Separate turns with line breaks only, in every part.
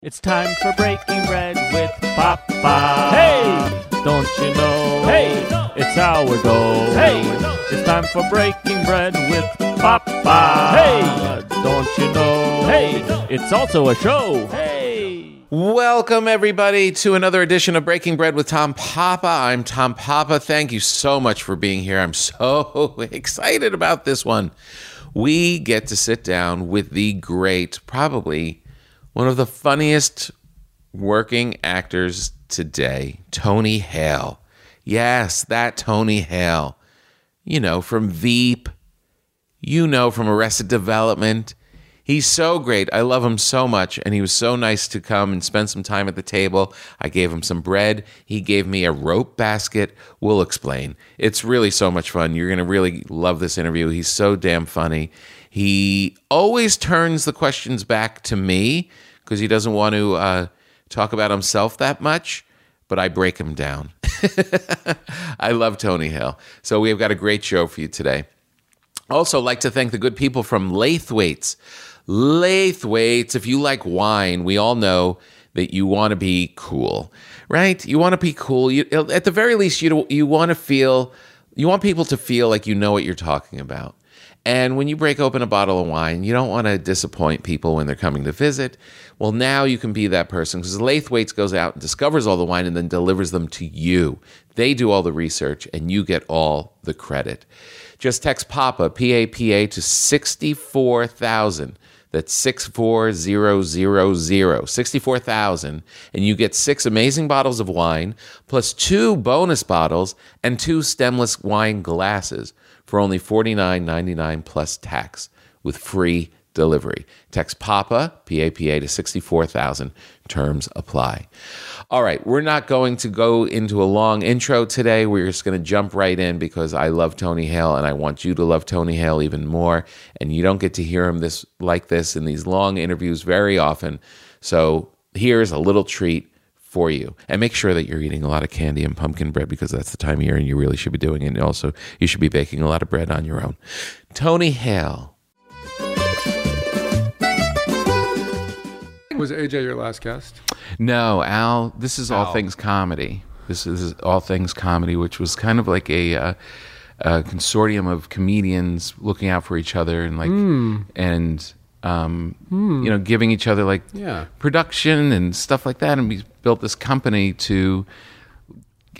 It's time for breaking bread with Papa. Hey, don't you know? Hey, it's our goal. Hey, it's time for breaking bread with Papa. Hey, don't you know? Hey, it's also a show. Hey.
Welcome, everybody, to another edition of Breaking Bread with Tom Papa. I'm Tom Papa. Thank you so much for being here. I'm so excited about this one. We get to sit down with the great, probably one of the funniest working actors today, Tony Hale. Yes, that Tony Hale. You know, from Veep, you know from Arrested Development. He's so great. I love him so much. And he was so nice to come and spend some time at the table. I gave him some bread. He gave me a rope basket. We'll explain. It's really so much fun. You're going to really love this interview. He's so damn funny. He always turns the questions back to me because he doesn't want to uh, talk about himself that much but I break him down. I love Tony Hill. So we have got a great show for you today. Also, like to thank the good people from Lathwaite's. Lathwaite's, if you like wine, we all know that you want to be cool, right? You want to be cool. You, at the very least, you you want to feel, you want people to feel like you know what you're talking about. And when you break open a bottle of wine, you don't want to disappoint people when they're coming to visit. Well, now you can be that person because Lathwaite's goes out and discovers all the wine and then delivers them to you. They do all the research and you get all the credit. Just text PAPA, P A P A, to 64,000. That's 64000, 64,000. And you get six amazing bottles of wine, plus two bonus bottles and two stemless wine glasses for only $49.99 plus tax with free delivery. Text PAPA, P A P A, to 64,000. Terms apply. All right, we're not going to go into a long intro today. We're just going to jump right in because I love Tony Hale and I want you to love Tony Hale even more. And you don't get to hear him this like this in these long interviews very often. So here's a little treat for you. And make sure that you're eating a lot of candy and pumpkin bread because that's the time of year and you really should be doing it. And also, you should be baking a lot of bread on your own. Tony Hale.
Was AJ your last guest?
No, Al, this is all things comedy. This is all things comedy, which was kind of like a, uh, a consortium of comedians looking out for each other and like and um, you know giving each other like
Yeah.
production and stuff like that. And we built this company to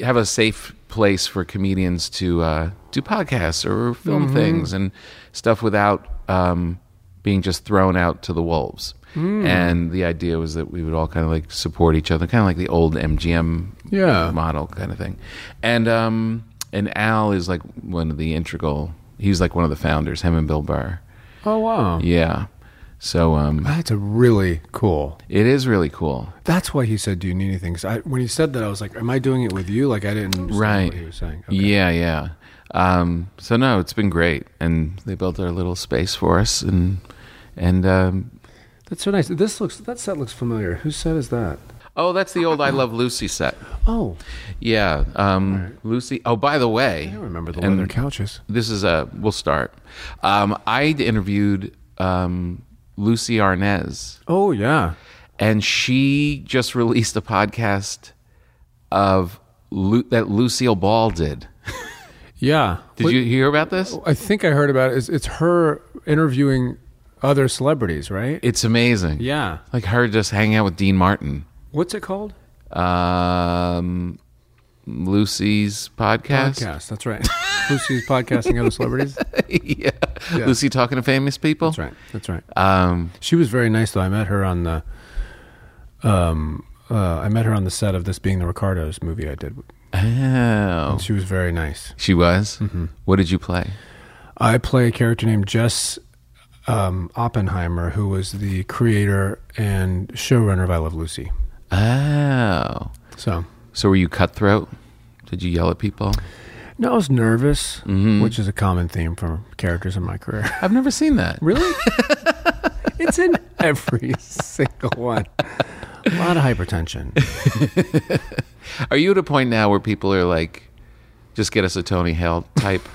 have a safe place for comedians to uh, do podcasts or film things and stuff without um, being just thrown out to the wolves. And the idea was that we would all kind of like support each other, kind of like the old MGM
Yeah.
model kind of thing. And um, and Al is like one of the integral. He's like one of the founders. Him and Bill Burr.
Oh wow.
Yeah. So um,
That's a really cool.
it is really cool.
That's why he said, "Do you need anything?" 'Cause I, when he said that, I was like, "Am I doing it with you?" Like I didn't understand
right
what he was saying.
yeah yeah um, so no it's been great and they built their little space for us and and um,
That's so nice. This looks. That set looks familiar. Whose set is that?
oh that's the old i love lucy set
Oh,
yeah um, lucy oh by the way
I remember the
and
leather couches.
this is a we'll start um, i interviewed um, lucy arnez
Oh yeah.
and she just released a podcast of Lu- that lucille ball did
Yeah.
did you hear about this
I think I heard about it. It's, it's her interviewing other celebrities, right?
it's amazing
yeah.
like her just hanging out with dean martin
What's it called?
um, Lucy's podcast.
Podcast. That's right. Lucy's podcasting other celebrities. That's
yeah. Lucy talking to famous people.
right. That's right.
Um,
She was very nice though. I met her on the um uh, I met her on the set of this being the Ricardos movie I did.
oh,
She was very nice.
she was.
Mm-hmm.
What did you play?
I play a character named Jess um, Oppenheimer, who was the creator and showrunner of I Love Lucy.
Oh,
So
so were you cutthroat? Did you yell at people?
no, I was nervous, which is a common theme for characters in my career.
I've never seen that.
Really? it's in every single one. A lot of hypertension.
Are you at a point now where people are like, just get us a Tony Hale type?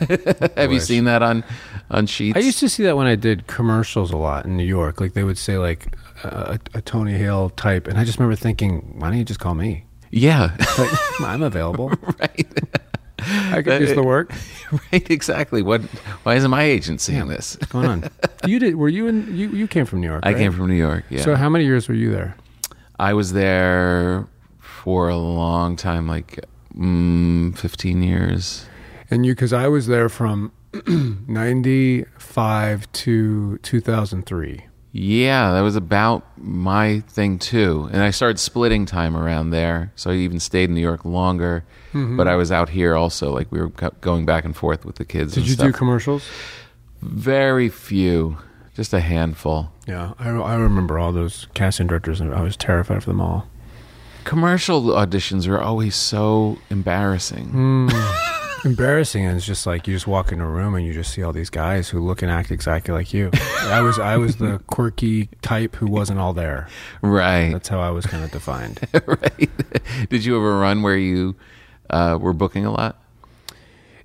Have you seen that on on sheets?
I used to see that when I did commercials a lot in New York. Like they would say like uh, a, a Tony Hale type, and I just remember thinking, why don't you just call me?
yeah,
Like, I'm available.
right,
I could use the work.
right, exactly. What? Why isn't my agent seeing this?
What's going on? You did? Were you in? You you came from New York?
I
right?
came from New York. Yeah,
So how many years were you there?
I was there for a long time, like mm, fifteen years.
And you, because I was there from '95 to 2003.
Yeah, that was about my thing too. And I started splitting time around there. So I even stayed in New York longer.
Mm-hmm.
But I was out here also. Like we were go- going back and forth with the kids.
Did
and
you do
stuff.
commercials?
Very few, just a handful.
Yeah, I, I remember all those casting directors, and I was terrified of them all.
Commercial auditions were always so embarrassing.
Hmm. Embarrassing, and it's just like you just walk in a room and you just see all these guys who look and act exactly like you. I was I was the quirky type who wasn't all there.
Right.
That's how I was kind of defined.
right. Did you ever run where you uh, were booking a lot?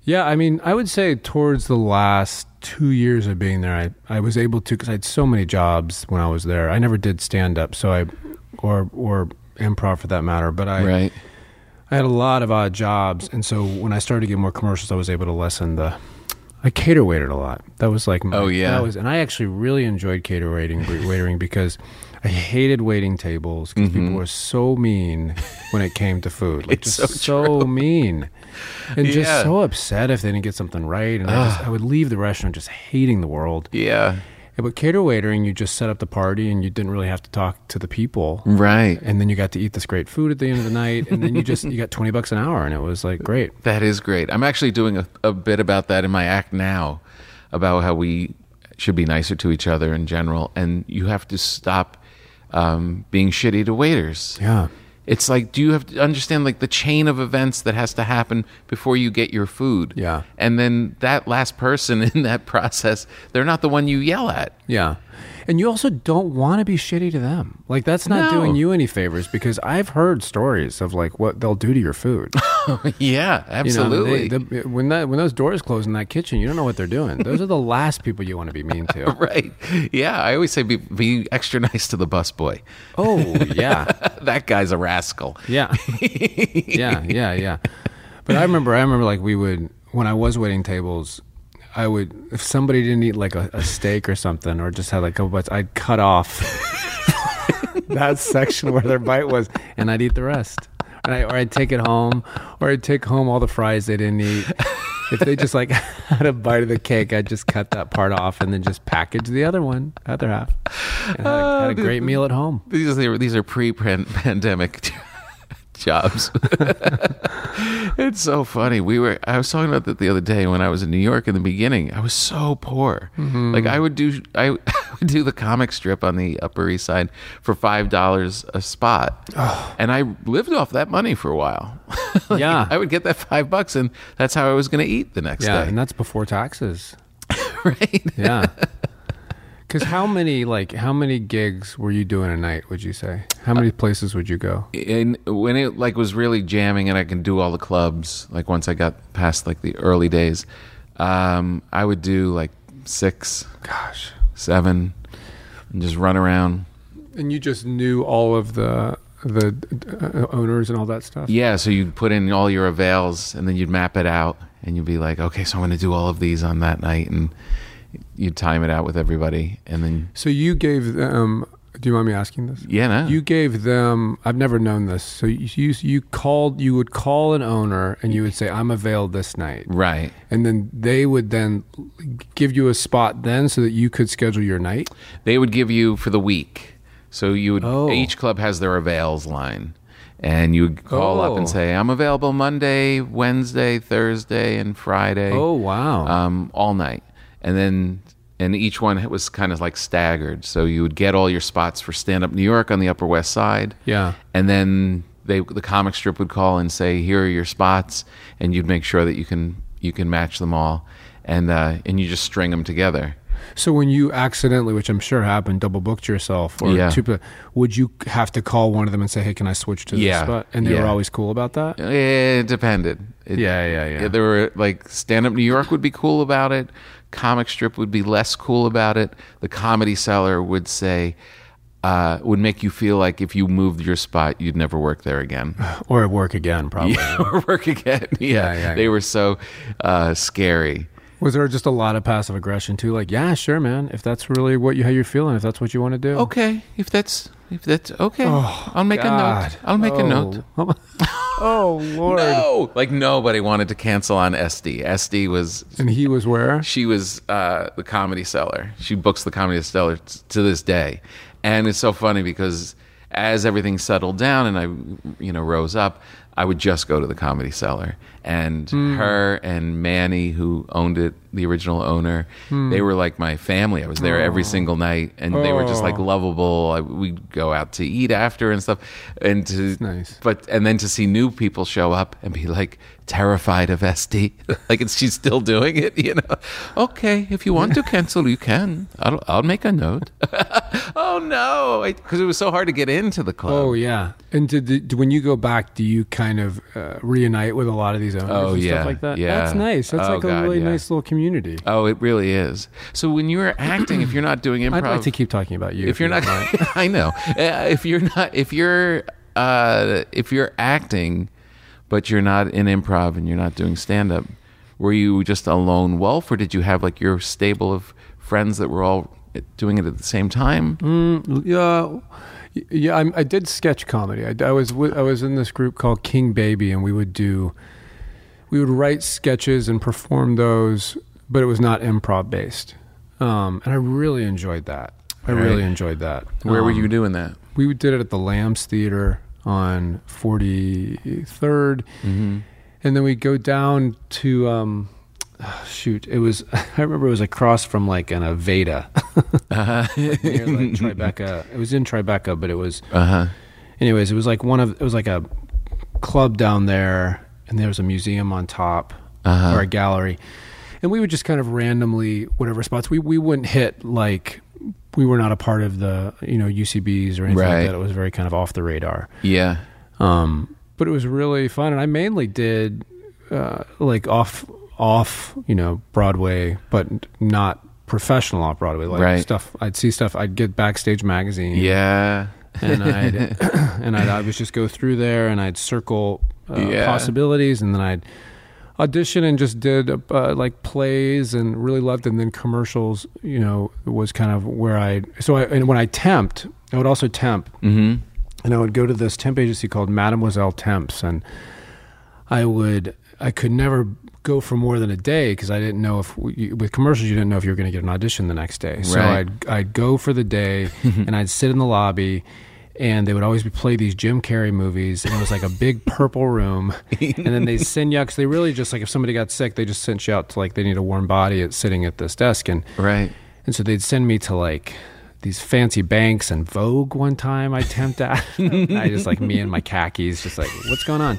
Yeah, I mean, I would say towards the last two years of being there, I, I was able to because I had so many jobs when I was there. I never did stand up, so I or or improv for that matter. But I
Right.
I had a lot of odd jobs, and so when I started to get more commercials, I was able to lessen the. I cater waited a lot. That was like my,
Oh, yeah.
that was, and I actually really enjoyed cater waiting waitering because I hated waiting tables because people were so mean when it came to food, like
Mm-hmm. It's
just so, mean, and
Yeah.
just so upset if they didn't get something right. And I, just, I would leave the restaurant just hating the world.
Yeah.
And But cater waitering, you just set up the party and you didn't really have to talk to the people
Right.
and then you got to eat this great food at the end of the night and then you just you got 20 bucks an hour and it was like great
That is great. I'm actually doing a, a bit about that in my act now, about how we should be nicer to each other in general, and you have to stop um, being shitty to waiters.
yeah
It's like, do you have to understand like the chain of events that has to happen before you get your food?
Yeah.
And then that last person in that process, they're not the one you yell at.
yeah and you also don't want to be shitty to them like that's not
No.
doing you any favors because i've heard stories of like what they'll do to your food
yeah,
You know,
absolutely.
they- the- when that when those doors close in that kitchen you don't know what they're doing those are the last people you want to be mean to
right. Yeah, I always say be, be extra nice to the busboy.
oh yeah
that guy's a rascal.
Yeah. yeah, yeah, yeah. But I remember I remember like we would when I was waiting tables, I would if somebody didn't eat like a, a steak or something or just had like a couple bites, I'd cut off that section where their bite was and I'd eat the rest. And I, or I'd take it home, or I'd take home all the fries they didn't eat. If they just like had a bite of the cake, I'd just cut that part off and then just package the other one, other half. And had a,
Oh,
had a great meal at home.
These are these are pre-pandemic jobs. it's so funny. We were I was talking about that the other day when I was in New York in the beginning. I was so poor. Like I would do I, would do the comic strip on the Upper East Side for five dollars a spot, and I lived off that money for a while. Like,
Yeah.
I would get that five bucks, and that's how I was going to eat the next
Yeah,
day.
and that's before taxes.
right?
Yeah. Because how many like how many gigs were you doing a night? Would you say how many places would you go?
and when it like was really jamming and I could do all the clubs, like once I got past like the early days, um, I would do like six,
Gosh,
seven, and just run around.
and you just knew all of the the uh, owners and all that stuff.
Yeah, so you'd put in all your avails and then you'd map it out and you'd be like, okay, so I'm going to do all of these on that night, and you'd time it out with everybody, and then
So you gave them. Do you mind me asking this?
yeah, no,
You gave them. I've never known this. So you, you you called. You would call an owner and you would say, "I'm availed this night,"
right.
and then they would then give you a spot then so that you could schedule your night.
they would give you for the week. So you would
Oh.
each club has their avails line, and you would call up
Oh.
and say, "I'm available Monday, Wednesday, Thursday, and Friday."
Oh, wow!
um, all night, and then and each one was kind of like staggered. So you would get all your spots for stand up New York on the Upper West Side.
Yeah.
and then they the comic strip would call and say, "Here are your spots," and you'd make sure that you can you can match them all, and uh, and you just string them together.
So when you accidentally, which I'm sure happened, double booked yourself or
Yeah.
two, pe- would you have to call one of them and say, "Hey, can I switch to this
Yeah.
spot?" And they
Yeah.
were always cool about that.
It depended. It-
Yeah, yeah, yeah.
There were like stand up New York would be cool about it. Comic strip would be less cool about it. The comedy seller would say, uh, would make you feel like if you moved your spot, you'd never work there again
Or work again, probably.
or work again. Yeah,
Yeah, yeah,
they
yeah.
were so uh, scary.
Was there just a lot of passive aggression too? Like, yeah, sure, man. If that's really what you how you're feeling, if that's what you want to do,
Okay, if that's if that's okay,
Oh,
I'll make a note. I'll make a note.
note. oh Lord!
No, like nobody wanted to cancel on SD. SD was
And he was where?
she was uh, the comedy seller. She books the comedy seller t- to this day, and it's so funny because as everything settled down and I, you know, rose up, I would just go to the comedy seller, and her and Manny, who owned it, the original owner, they were like my family. I was there every single night, and they were just like lovable. I, we'd go out to eat after and stuff, and to
nice.
but and then to see new people show up and be like terrified of SD, like it's, she's still doing it, you know. Okay, if you want to cancel, you can. I'll, I'll make a note. oh no, because it was so hard to get into the club.
Oh yeah. And did, did when you go back, do you kind of uh, reunite with a lot of these owners
Oh,
and
yeah,
stuff like that?
yeah.
That's nice. That's
Oh,
like a
God,
really
yeah.
nice little community.
Oh, it really is. So when you're acting, if you're not doing improv,
I'd like to keep talking about you.
if you're not,
you don't mind.
I know. Uh, if you're not, if you're, uh, if you're acting, but you're not in improv and you're not doing stand up, were you just a lone wolf, or did you have like your stable of friends that were all doing it at the same time?
yeah, y- yeah. I'm, I did sketch comedy. I, I was wi- I was in this group called King Baby, and we would do we would write sketches and perform those, but it was not improv based. Um, and I really enjoyed that. I
Right.
really enjoyed that.
Where were
Um,
you doing that?
we did it at the Lambs Theater on 43rd. And then we go down to, um, shoot, it was, I remember it was across from like an Aveda. Like, near, like, Tribeca. It was in Tribeca, but it was,
Uh huh.
anyways, it was like one of, it was like a club down there and there was a museum on top
Uh-huh.
or a gallery. And we would just kind of randomly, whatever spots, we, we wouldn't hit like, we were not a part of the, you know, UCBs or anything
Right.
like that. It was very kind of off the radar.
Yeah.
Um, but it was really fun. And I mainly did uh, like off, off, you know, Broadway, but not professional off Broadway. Like
Right.
stuff, I'd see stuff, I'd get Backstage Magazine
Yeah.
and I'd and I'd always just go through there and I'd circle uh,
Yeah.
possibilities and then I'd audition and just did uh, like plays and really loved and then commercials you know was kind of where I so I and when I temped I would also temp
Mm
and I would go to this temp agency called Mademoiselle Temps and I would I could never go for more than a day because I didn't know if you- with commercials you didn't know if you were going to get an audition the next day. So
Right.
I'd I'd go for the day and I'd sit in the lobby. And they would always be play these Jim Carrey movies, and it was like a big purple room. And then they send you out because they really just like if somebody got sick, they just sent you out to like they need a warm body at sitting at this desk. And
hmm. Right.
and so they'd send me to like these fancy banks and Vogue one time I temped at. And I just like me and my khakis, just like, what's going on?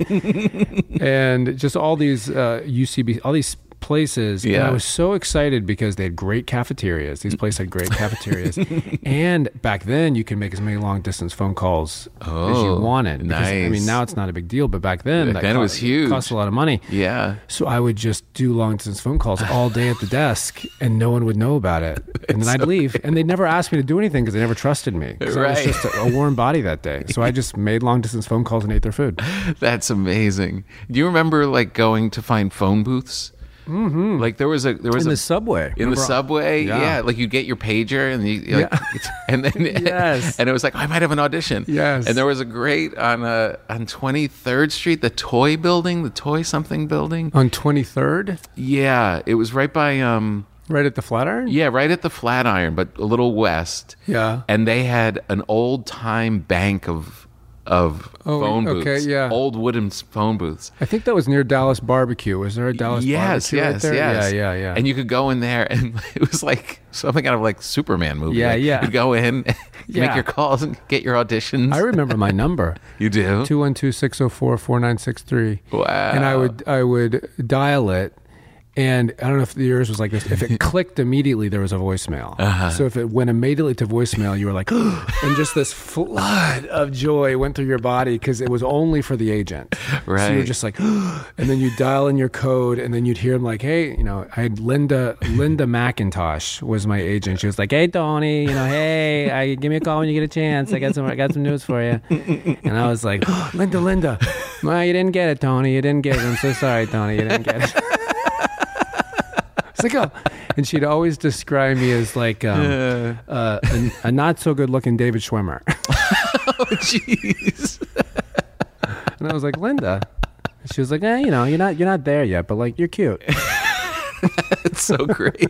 and just all these uh, UCB, all these places. And
Yeah.
I was so excited because they had great cafeterias. These places had great cafeterias. and back then you could make as many long distance phone calls as you
Oh,
wanted. Because, I
nice.
mean, now it's not a big deal, but back then,
Back then it
co-
was huge.
cost a lot of money.
Yeah.
So I would just do long distance phone calls all day at the desk, and no one would know about it. And then I'd leave, and they never asked me to do anything because they never trusted me. 'Cause I
Right.
was just a, a warm body that day, so I just made long distance phone calls and ate their food.
That's amazing. Do you remember like going to find phone booths? Mm-hmm. Like there was a there was
In
a
the subway.
in the
Remember-
subway. Yeah.
Yeah.
like you get your pager and you like, and then
Yes.
and it was like I might have an audition.
Yes.
and there was a great on uh, on Twenty Third Street, the toy building, the toy something building.
On twenty third,
Yeah, it was right by um
right at the Flatiron.
yeah right at the Flatiron, but a little west.
Yeah.
and they had an old time bank of of
Oh,
phone booths.
okay, yeah.
old wooden s- phone booths.
I think that was near Dallas Barbecue. Was there a Dallas?
yes,
Barbecue
yes,
right there?
yes.
Yeah, yeah, yeah.
And you could go in there, and it was like something out of like Superman movie.
Yeah,
Like,
yeah.
You go in, make
Yeah.
your calls, and get your auditions.
I remember my number.
you do.
212-604-4963.
Wow.
And I would I would dial it And I don't know if yours was like this. If it clicked immediately, there was a voicemail. So if it went immediately to voicemail, you were like, and just this flood of joy went through your body because it was only for the agent. So you were
Right.
just like, and then you dial in your code, and then you'd hear him like, hey, you know, I had Linda Linda McIntosh was my agent. She was like, hey, Tony, you know, hey, I, give me a call when you get a chance. I got some I got some news for you. And I was like, Linda, Linda, well, you didn't get it, Tony. You didn't get it. I'm so sorry, Tony. You didn't get it. It's like, oh. And she'd always describe me as like um, uh, a, a not so good looking David Schwimmer.
Jeez.
And I was like, Linda. And She was like, eh, you know, you're not you're not there yet, but like you're cute.
It's so great.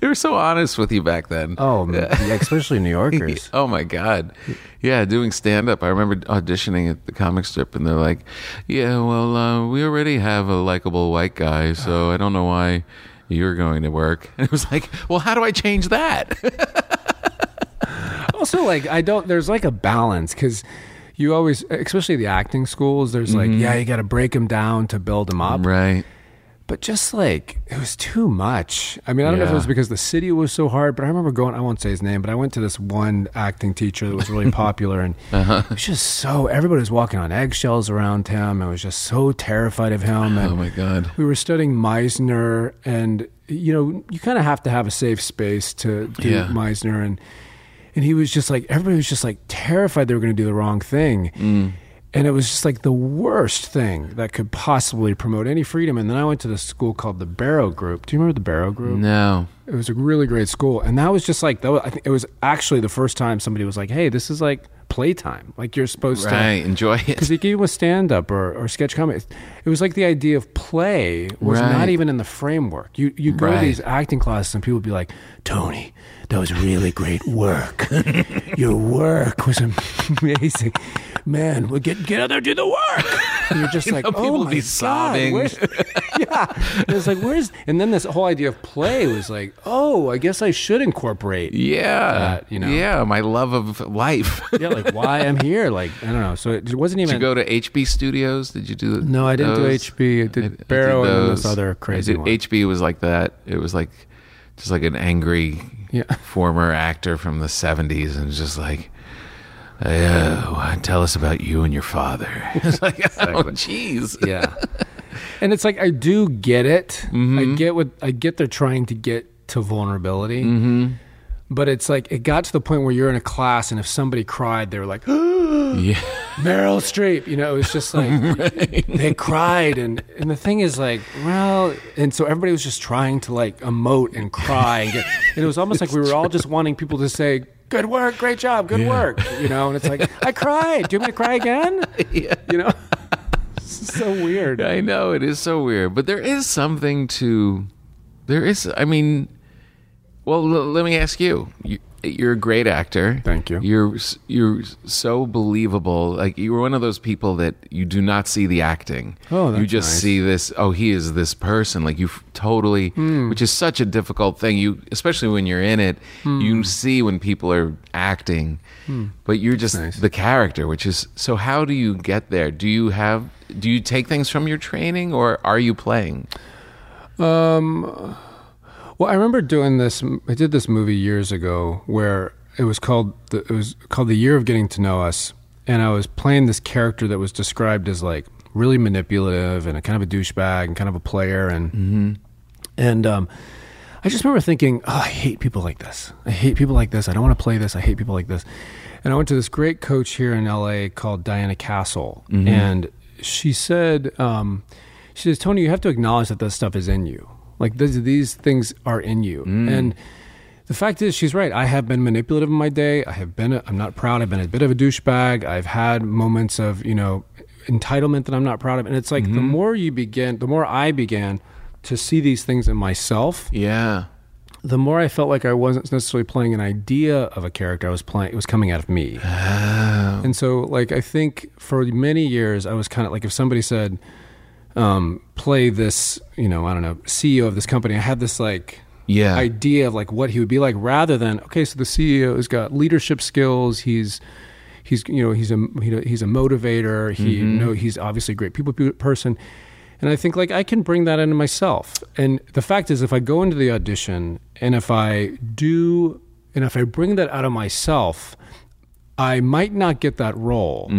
they were so honest with you back then.
Oh, yeah, especially New Yorkers.
Oh my God. Yeah, doing stand up. I remember auditioning at the comic strip, and they're like, Yeah, well, uh, we already have a likable white guy, so
Oh.
I don't know why you're going to work. And it was like, Well, how do I change that?
also like i don't there's like a balance because you always especially the acting schools there's like yeah you gotta break them down to build them up
right.
but just like it was too much i mean i don't know if it
Yeah.
was because the city was so hard but i remember going i won't say his name but i went to this one acting teacher that was really popular and
Uh-huh.
it was just so everybody was walking on eggshells around him i was just so terrified of him and
Oh my God.
we were studying Meisner, and you know, you kind of have to have a safe space to do
Yeah.
Meisner, and and he was just like everybody was just like terrified they were going to do the wrong thing,
Mm.
and it was just like the worst thing that could possibly promote any freedom. And then I went to this school called the Barrow Group. Do you remember the Barrow Group?
No.
It was a really great school, and that was just like that. Was, I think it was actually the first time somebody was like, "Hey, this is like playtime. Like you're supposed to."
Right. Enjoy
because
it.
it gave was stand up or, or sketch comedy. It was like the idea of play was not
Right.
even in the framework. You you go
Right.
to these acting classes and people would be like, Tony, that was really great work. Your work was amazing. Man, well, get get out there, do the work. And you're just like,
know,
oh
people
my
be
God,
sobbing.
where's- yeah, it's like where's and then this whole idea of play was like, oh, I guess I should incorporate
Yeah.
That, you know.
Yeah. My love of life.
yeah, like why I'm here. Like I don't know. So it wasn't even
Did you go to HB Studios? Did you do
No, I didn't do
those?
HB. I did Barrow and then this other crazy
I did,
one.
HB was like that. It was like just like an angry
Yeah.
former actor from the 70s and just like, oh, tell us about you and your father. it's like, oh, jeez.
yeah and it's like i do get it i get what i get they're trying to get to vulnerability but it's like it got to the point where you're in a class and if somebody cried they were like
Yeah.
meryl streep you know it was just like they cried and and the thing is like well and so everybody was just trying to like emote and cry and, get, and it was almost like we were all just wanting people to say good work great job good work you know and it's like i cried do you want me to cry again you know It's so weird
I know. It is so weird. But there is something to. There is. I mean, well, l- let me ask you. you. You're a great actor.
Thank you.
You're s- you're s- so believable. Like you were one of those people that you do not see the acting.
Oh, that's
you just
nice.
see this. Oh, he is this person. Like you f- totally,
Hmm.
which is such a difficult thing. You, especially when you're in it,
Hmm.
you see when people are acting, but you're just the character. Which is so. How do you get there? Do you have? Do you take things from your training, or are you playing?
Well, I remember doing this. I did this movie years ago where it was called the, it was called the Year of Getting to Know Us, and I was playing this character that was described as like really manipulative and a kind of a douchebag and kind of a player and and um, I just remember thinking, oh, I hate people like this. I hate people like this. I don't want to play this. I hate people like this. And I went to this great coach here in LA called Diana Castle, and she said, um, she says, Tony, you have to acknowledge that this stuff is in you. Like these, these things are in you, and. The fact is, she's right. I have been manipulative in my day. I have been. A, I'm not proud. I've been a bit of a douchebag. I've had moments of you know entitlement that I'm not proud of. And it's like the more you begin, the more I began to see these things in myself.
Yeah.
The more I felt like I wasn't necessarily playing an idea of a character. I was playing. It was coming out of me. And so, like, I think for many years, I was kind of like, if somebody said, um, "Play this," you know, I don't know, CEO of this company, I had this like
Yeah.
idea of like what he would be like rather than okay so the ceo has got leadership skills he's he's you know he's a he- he's a motivator he know he's obviously a great people pe- person And I think like I can bring that into myself. And the fact is, if I go into the audition and if I do, and if I bring that out of myself, I might not get that role.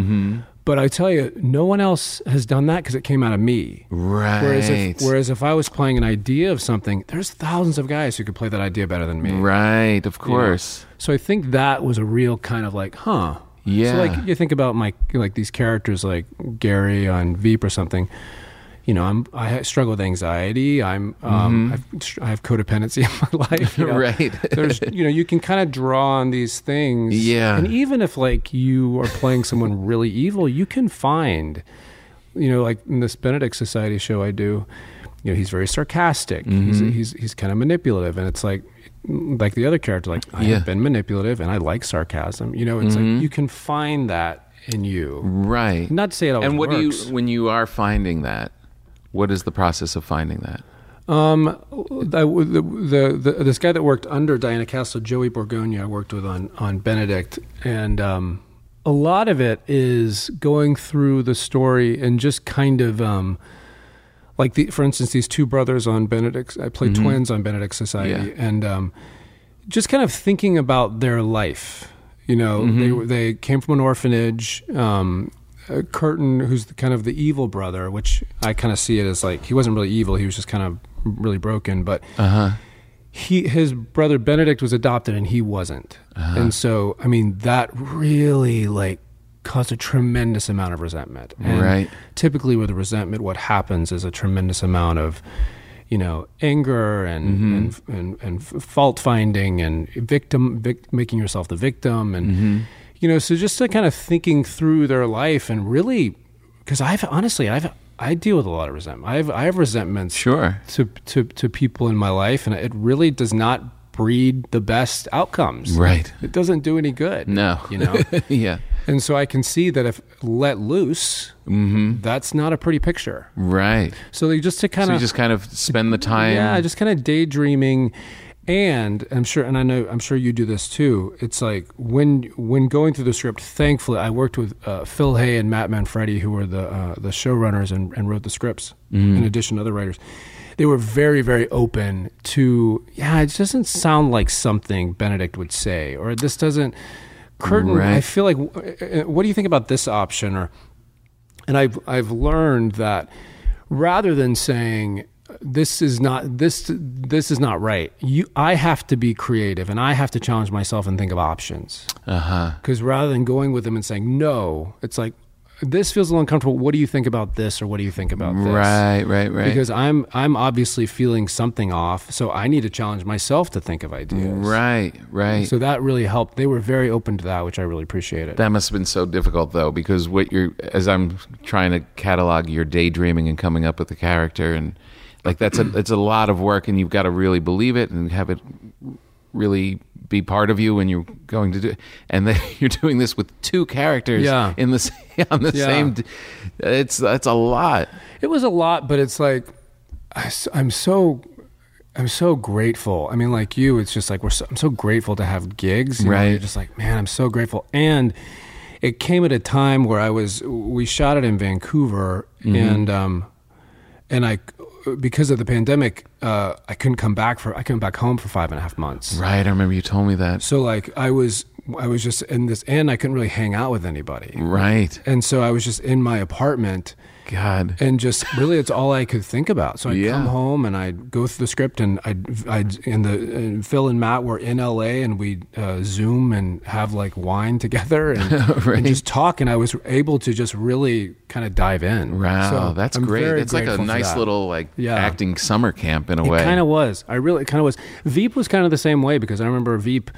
But I tell you, no one else has done that because it came out of me.
Right.
Whereas if, whereas if I was playing an idea of something, there's thousands of guys who could play that idea better than me.
Mm. right. Of course.
So I think that was a real kind of like, huh.
Yeah.
So like you think about my like these characters like Gary on Veep or something. You know, I'm I struggle with anxiety. I'm um,
Mm-hmm.
I've, I have codependency in my life. you know.
Right.
There's you know you can kind of draw on these things.
Yeah.
And even if like you are playing someone really evil, you can find. You know, like in this Benedict Society show I do, you know, he's very sarcastic.
Mm-hmm.
He's, he's he's kind of manipulative, and it's like like the other character, like I
Yeah. Mm-hmm.
have been manipulative, and I like sarcasm. You know, it's like you can find that in you.
Right.
Not to say it always
and what
works.
do you when you are finding that? What is the process of finding that?
Um, the, the, the, the, this guy that worked under Diana Castle, Joey Borgogna, I worked with on, on Benedict. And um, a lot of it is going through the story and just kind of um, like, the, for instance, these two brothers on Benedict, I played twins on Benedict Society.
Yeah.
And um, just kind of thinking about their life. You know, they were they came from an orphanage. Um, uh, Curtin, who's the, kind of the evil brother, which I kind of see it as like he wasn't really evil; he was just kind of really broken. But he his brother Benedict was adopted, and he wasn't. And so, I mean, that really like caused a tremendous amount of resentment. And
Right.
Typically, with resentment, what happens is a tremendous amount of, you know, anger and
Mm-hmm.
and, and and fault finding and victim vic, making yourself the victim and
Mm-hmm.
you know, so just to kind of thinking through their life and really, because I've honestly I've I deal with a lot of resentment. I've I have resentments
Sure.
to to to people in my life, and it really does not breed the best outcomes.
Right.
It doesn't do any good.
No.
You know.
yeah.
And so I can see that if let loose, that's not a pretty picture.
Right.
So they just to kind
So you
of
just kind of spend the time.
Uh, yeah, just kind of daydreaming. And I'm sure, and I know, I'm sure you do this too. It's like when when going through the script. Thankfully, I worked with uh, Phil Hay and Matt Manfredi, who were the uh, the showrunners and, and wrote the scripts, in addition to other writers. They were very very open to yeah. It doesn't sound like something Benedict would say, or this doesn't. Curtain. I
Right.
feel like. uh, uh, What do you think about this option? Or and I've I've learned that rather than saying uh, this is not this this is not right, you I have to be creative and I have to challenge myself and think of options.
Uh huh.
Because rather than going with them and saying no, it's like this feels a little uncomfortable. What do you think about this or what do you think about this?
Right. Right. Right.
Because I'm I'm obviously feeling something off, so I need to challenge myself to think of ideas.
right. Right.
So that really helped. They were very open to that, which I really appreciated.
That must have been so difficult, though, because what you're, as I'm trying to catalog your daydreaming and coming up with the character, and like that's a, it's a lot of work, and you've got to really believe it and have it really be part of you when you're going to do it. And then you're doing this with two characters
Yeah.
in the s- on the
Yeah.
same. d- It's that's a lot.
It was a lot, but it's like I, am so I'm so grateful. I mean, like you, it's just like we're so, I'm so grateful to have gigs. you know,
Right.
You're just like, man, I'm so grateful. And it came at a time where I was we shot it in Vancouver,
Mm-hmm.
and um, and I because of the pandemic, uh, I couldn't come back for I couldn't back home for five and a half months.
Right. I remember you told me that.
So like I was I was just in this, and I couldn't really hang out with anybody.
Right.
And so I was just in my apartment
God.
and just really it's all I could think about. So I'd
Yeah.
come home and I'd go through the script and I'd, I'd and the and Phil and Matt were in LA and we'd uh, Zoom and have like wine together and,
Right.
and just talk. And I was able to just really kind of dive in.
Wow,
So
that's
I'm
great.
very
It's like a
grateful for
nice
that.
little like
Yeah.
acting summer camp in a way.
It kind of was. I really kind of was. Veep was kind of the same way because I remember Veep.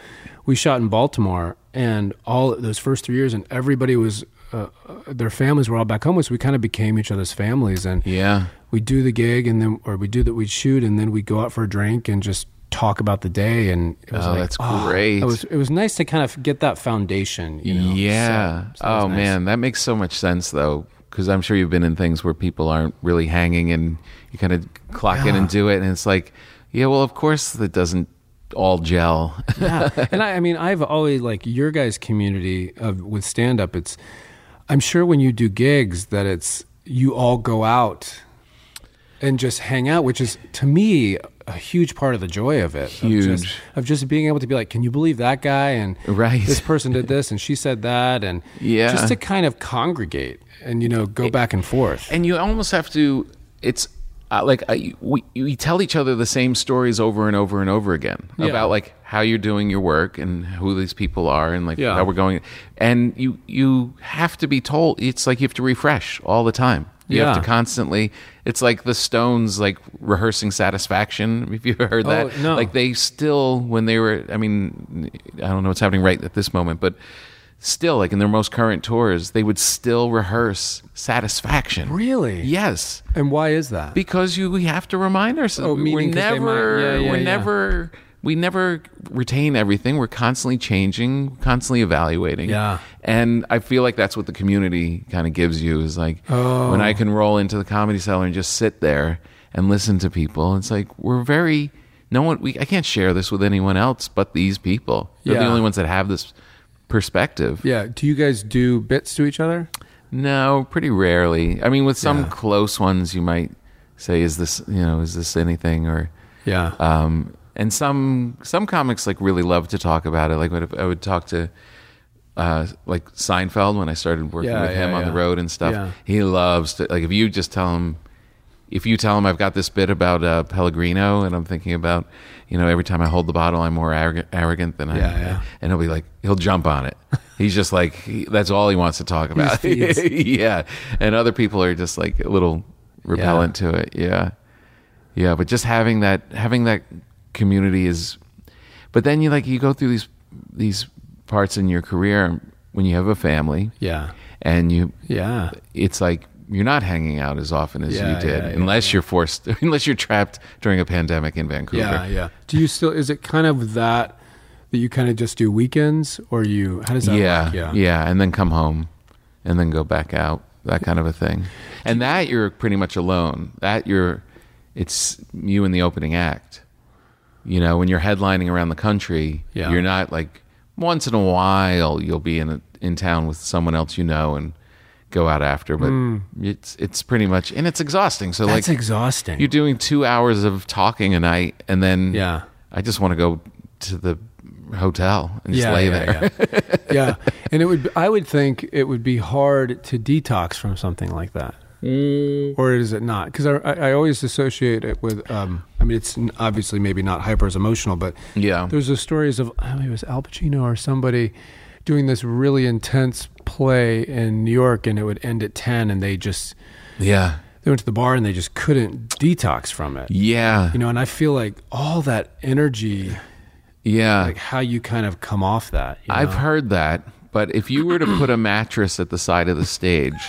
We shot in Baltimore, and all those first three years, and everybody was uh, uh, their families were all back home. So we kind of became each other's families, and
yeah.
we do the gig and then or we do that we shoot and then we go out for a drink and just talk about the day and it was
Oh,
like, ah,
that's great.
it was it was nice to kind of get that foundation you know
yeah.
set. So it was
oh
nice.
man, that makes so much sense though, because I'm sure you've been in things where people aren't really hanging, and you kind of clock in and do it, and it's like, yeah, well, of course that doesn't all gel.
yeah. and I, I mean I've always like your guys community of with stand up it's I'm sure when you do gigs that it's you all go out and just hang out, which is to me a huge part of the joy of it.
Huge.
of just, of just being able to be like, can you believe that guy and
Right.
this person did this and she said that and
Yeah.
just to kind of congregate and you know go back and forth.
and you almost have to it's uh, like I, we we tell each other the same stories over and over and over again
Yeah.
about like how you're doing your work and who these people are and like
Yeah.
how we're going and you you have to be told it's like you have to refresh all the time you have
Yeah.
to constantly it's like the stones like rehearsing satisfaction if you heard that
Oh, no.
like they still when they were i mean i don't know what's happening right at this moment but still like in their most current tours they would still rehearse satisfaction
Really?
Yes,
And why is that?
because you we have to remind ourselves
Oh,
we're
meaning 'cause they might-
never
yeah, yeah,
we're
yeah.
never we never retain everything. We're constantly changing, constantly evaluating.
Yeah.
And I feel like that's what the community kind of gives you is like
Oh.
when I can roll into the comedy cellar and just sit there and listen to people. It's like we're very no one we I can't share this with anyone else but these people. They're the
Yeah.
only ones that have this perspective.
yeah. Do you guys do bits to each other?
Uh, No, pretty rarely. I mean, with some
Yeah.
close ones, you might say, "Is this you know is this anything?" Or
Yeah.
um, and some some comics like really love to talk about it. Like when I would talk to uh, like Seinfeld when I started working
Yeah,
with him
yeah,
on the
yeah.
road and stuff.
Yeah.
He loves to like if you just tell him if you tell him I've got this bit about uh, Pellegrino and I'm thinking about you know every time I hold the bottle I'm more arrogant, arrogant than I
Yeah, yeah.
and he'll be like he'll jump on it. He's just like he, that's all he wants to talk about.
feeds.
yeah, and other people are just like a little repellent to it. Yeah. Yeah, but just having that having that community is but then you like you go through these these parts in your career when you have a family
yeah.
and you
Yeah.
it's like you're not hanging out as often as
Yeah,
you did
yeah, yeah,
unless you're forced unless you're trapped during a pandemic in Vancouver.
Yeah. Yeah. Do you still? Is it kind of that that you kind of just do weekends, or you? How does that
Yeah,
work?
yeah, and then come home, and then go back out, that kind of a thing. And that you're pretty much alone. That you're, it's you in the opening act. You know, when you're headlining around the country,
Yeah.
you're not like once in a while you'll be in a, in town with someone else you know and go out after, but it's it's pretty much and it's exhausting. So
Hmm. That's
like
exhausting.
you're doing two hours of talking a night, and then
Yeah.
I just want to go to the hotel and just lay there.
Yeah, yeah. and it would. I would think it would be hard to detox from something like that.
Mm.
Or is it not? Because I, I I always associate it with. Um, I mean, it's n- obviously maybe not hyper as emotional, but
Yeah.
there's the stories of I mean, it was Al Pacino or somebody doing this really intense play in New York, and it would end at ten, and they just
Yeah.
they went to the bar and they just couldn't detox from it.
Yeah.
You know, and I feel like all that energy,
yeah.
like how you kind of come off that. you
I've
know?
heard that, but if you were to put a mattress at the side of the stage,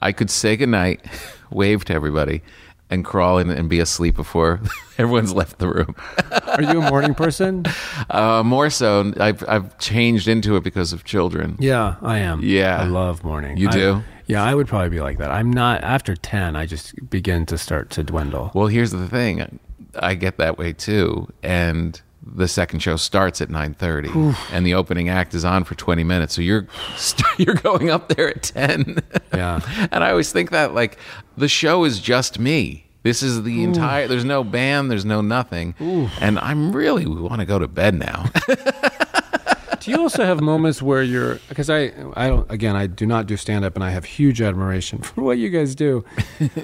I could say goodnight, wave to everybody, and crawl in and be asleep before everyone's left the room.
Are you a morning person?
Uh, more so, I've, I've changed into it because of children.
Yeah, I am.
Yeah.
I love morning.
You
I-
do?
Yeah, I would probably be like that. I'm not after 10, I just begin to start to dwindle.
Well, here's the thing. I get that way too, and the second show starts at 9:30 and the opening act is on for 20 minutes. So you're you're going up there at 10.
Yeah.
and I always think that like the show is just me. This is the entire there's no band, there's no nothing. And I'm really want to go to bed now.
do you also have moments where you're cuz I I don't again, I do not do stand up and I have huge admiration for what you guys do.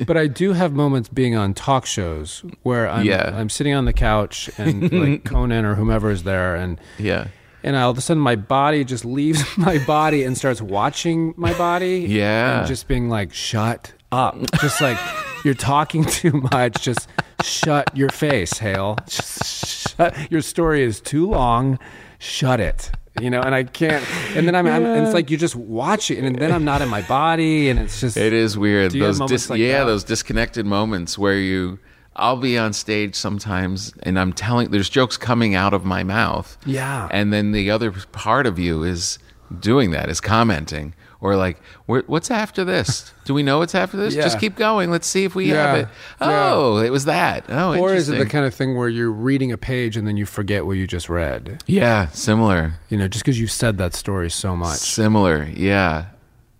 but I do have moments being on talk shows where I'm
Yeah.
I'm sitting on the couch and like Conan or whomever is there and
yeah.
and all of a sudden my body just leaves my body and starts watching my body
Yeah.
and just being like shut up just like you're talking too much just shut your face hale just shut. your story is too long shut it you know and i can't and then i'm, I'm and it's like you just watch it and then i'm not in my body and it's just
It is weird.
Do you have
Those
moments
dis-
like
yeah,
that?
those disconnected moments where you I'll be on stage sometimes and I'm telling there's jokes coming out of my mouth.
Yeah.
And then the other part of you is doing that, is commenting or like "Where- what's after this? Do we know what's after this?
Yeah.
Just keep going. Let's see if we
Yeah.
have it. Oh, it was that. Oh,
or is it the
interesting.
kind of thing where you're reading a page and then you forget what you just read
Yeah, similar.
you know just because you've said that story so much
Similar, yeah.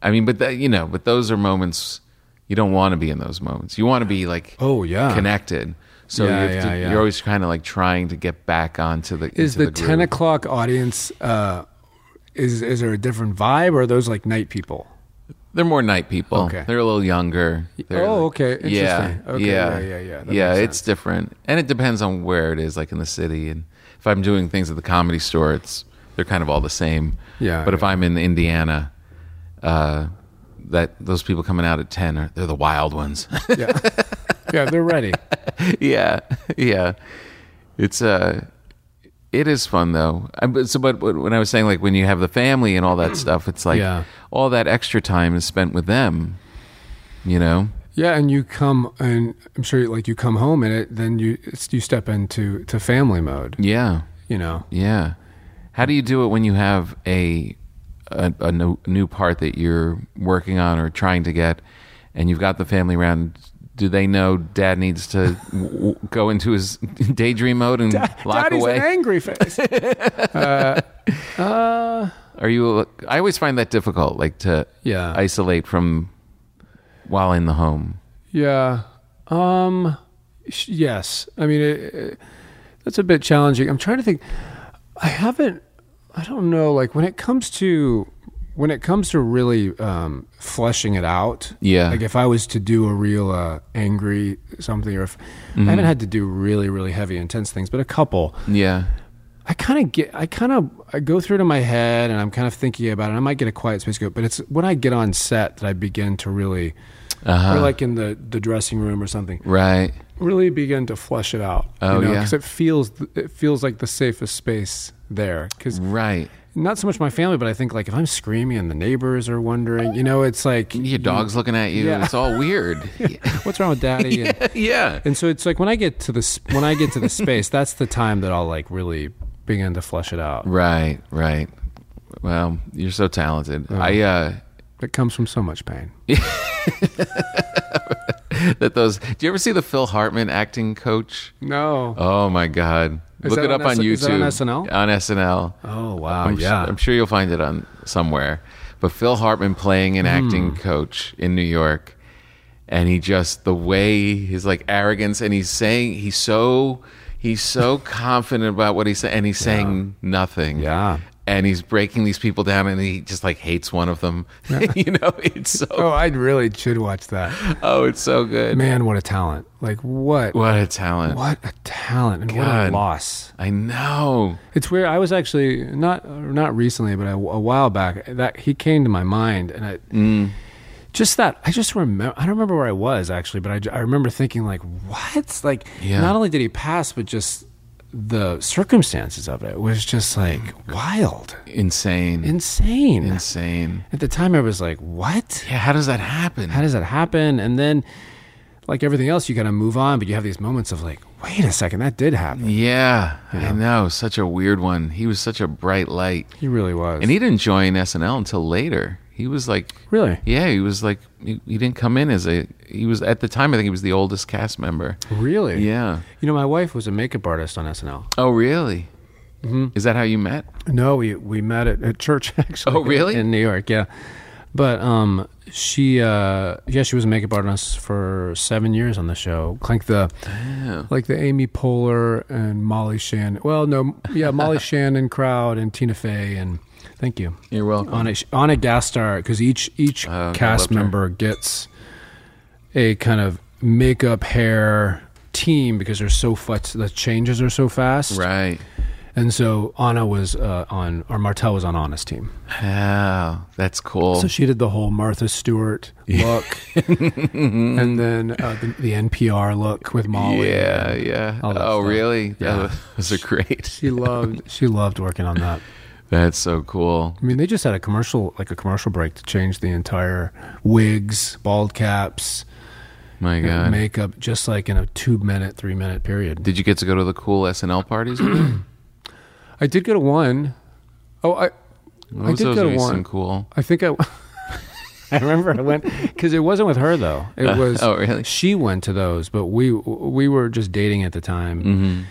I mean, but that you know, but those are moments You don't want to be in those moments. You want to be like
Oh, yeah.
connected. So
Yeah,
you have
yeah,
to,
yeah.
you're always kind of like trying to get back onto the
Is
into
the,
the groove.
ten o'clock audience? Uh, is is there a different vibe, or are those like night people?
They're more night people.
Okay.
They're a little younger. They're
Oh,
like-
okay. Interesting.
Yeah,
Okay,
yeah,
yeah, yeah, yeah. That
Yeah,
makes
it's different, and it depends on where it is, like in the city. And if I'm doing things at the comedy store, it's they're kind of all the same.
Yeah,
But if
yeah.
I'm in Indiana, uh, that those people coming out at ten are they're the wild ones.
Yeah, yeah, they're ready.
yeah, yeah. It's uh, it is fun though. I, but so, but but when I was saying like when you have the family and all that stuff, it's like
Yeah.
all that extra time is spent with them. You know.
Yeah, and you come, and I'm sure, like you come home, and it then you it's, you step into to family mode.
Yeah,
You know,
yeah. How do you do it when you have a a, a no, new part that you're working on or trying to get, and you've got the family around? Do they know Dad needs to w- w- go into his daydream mode and lock
Daddy's
away?
an angry face.
Are you? I always find that difficult, like to
Yeah.
isolate from while in the home.
Yeah. Um. sh- Yes. I mean, it, it, that's a bit challenging. I'm trying to think. I haven't. I don't know. Like when it comes to when it comes to really um, fleshing it out.
Yeah.
Like if I was to do a real uh, angry something, or if I haven't had to do really really heavy intense things, but a couple.
Yeah,
I kind of get, I kind of, I go through it in my head, and I'm kind of thinking about it. I might get a quiet space to go, but it's when I get on set that I begin to really,
Uh-huh.
or like in the the dressing room or something,
right.
really begin to flush it out.
Oh, yeah.
because it feels it feels like the safest space there. Because
Right.
not so much my family, but I think like if I'm screaming and the neighbors are wondering, you know, it's like
Your dog's looking at you.
Yeah.
It's all weird.
what's wrong with daddy? And-
yeah.
And so it's like when I get to this when I get to the space, that's the time that I'll like really begin to flush it out.
Right. Right. Well, you're so talented. I uh
It comes from so much pain.
that those. Do you ever see the Phil Hartman acting coach?
No.
Oh my God!
Is
Look
that
it up
on
on,
S-
YouTube.
is that on SNL?
On SNL.
Oh wow!
I'm, su- I'm sure you'll find it on somewhere. But Phil Hartman playing an
Hmm.
acting coach in New York, and he just the way his like arrogance, and he's saying he's so he's so confident about what he's saying, and he's saying nothing.
Yeah.
And he's breaking these people down, and he just like hates one of them. you know, it's so
oh, I really should watch that.
oh, it's so good.
Man, what a talent! Like what?
What a talent!
What a talent and what a
God.
loss.
I know.
It's weird. I was actually not not recently, but a, a while back that he came to my mind, and I
Mm.
just that I just remember. I don't remember where I was actually, but I, j- I remember thinking like, what? Like,
Yeah.
not only did he pass, but just the circumstances of it was just
Oh
like wild,
Insane.
insane.
Insane.
At the time, I was like, what?
Yeah, how does that happen?
how does that happen? And then, like everything else, you kind of move on, but you have these moments of like, wait a second, that did happen.
Yeah, I know. Such a weird one. He was such a bright light.
He really was.
And he didn't join SNL until later. He was like,
really,
yeah, he was like, he, he didn't come in as a, he was, at the time, I think he was the oldest cast member.
really,
Yeah.
You know, my wife was a makeup artist on SNL.
Oh, really?
Mm-hmm.
Is that how you met?
No, we we met at, at church actually.
Oh, really?
In New York, yeah. But um, she uh, yeah, she was a makeup artist for seven years on the show, like the like the Amy Poehler and Molly Shannon. Well, no, yeah, Molly Shannon crowd and Tina Fey and thank you.
You're welcome.
on a on a gas star because each each
Oh, okay,
cast
left her.
member gets a kind of makeup hair team because they're so fast the changes are so fast
Right.
and so anna was uh, on or martel was on anna's team
Wow. That's cool.
so she did the whole martha stewart look and then uh, the, the npr look with molly
yeah, yeah.
all that
Oh,
stuff.
really?
Yeah.
Those are great.
she loved she loved working on that
That's so cool.
I mean, they just had a commercial, like a commercial break, to change the entire wigs, bald caps,
Oh My God.
makeup just like in a two minute, three minute period.
Did you get to go to the cool SNL parties? what
I did go to one. Oh, I I
was
did
those
go to
movies
one.
some cool?
I think I. I remember I went because it wasn't with her though. It was
oh, really?
She went to those, but we we were just dating at the time.
Mm-hmm.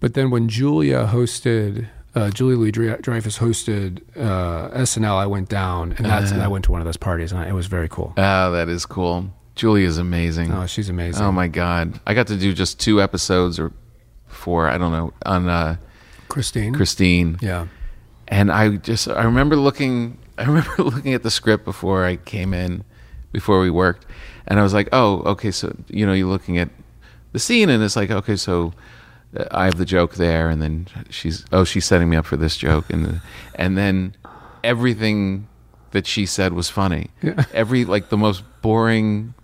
But then when Julia hosted, uh, Julia Louis Dreyfus hosted
Uh-huh.
uh, SNL, I went down and that's I went to one of those parties and I, it was very cool.
Ah, that is cool.
Julie is amazing.
Oh, she's amazing.
Um,
Oh my god, I got to do just two episodes or four. I don't know on uh,
Christine.
Christine,
Yeah.
and I just I remember looking. I remember looking at the script before I came in, before we worked, and I was like, oh, okay, so you know, you're looking at the scene, and it's like, okay, so uh, I have the joke there, and then she's oh, she's setting me up for this joke, and and then everything that she said was funny. Every like the most boring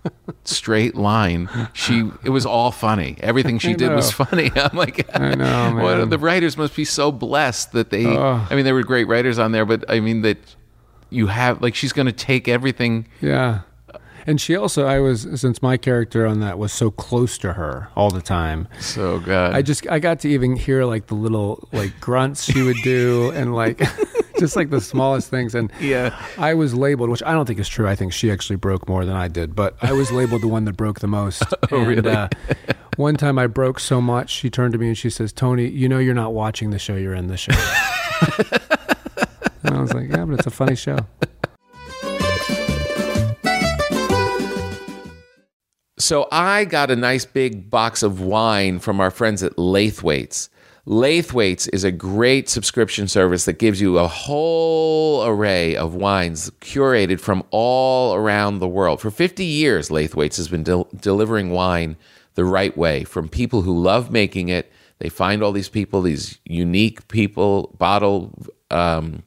straight line. She it was all funny. Everything she
I
did was
know.
funny. I'm like
I know,
what
Oh, man.
the writers must be so blessed that they
Ugh.
I mean there were great writers on there, but I mean that you have like she's gonna take everything
Yeah. And she also, I was, since my character on that was so close to her all the time,
so good.
I just, I got to even hear like the little like grunts she would do and like just like the smallest things. And
Yeah.
I was labeled, which I don't think is true. I think she actually broke more than I did, but I was labeled the one that broke the most. Oh, and,
really?
Uh, one time I broke so much, she turned to me and she says, Tony, you know you're not watching the show, you're in the show. and I was like, yeah, but it's a funny show.
So I got a nice big box of wine from our friends at Lathwaite's. Lathwaite's is a great subscription service that gives you a whole array of wines curated from all around the world. For 50 years, Lathwaite's has been del- delivering wine the right way from people who love making it. They find all these people, these unique people, bottle um,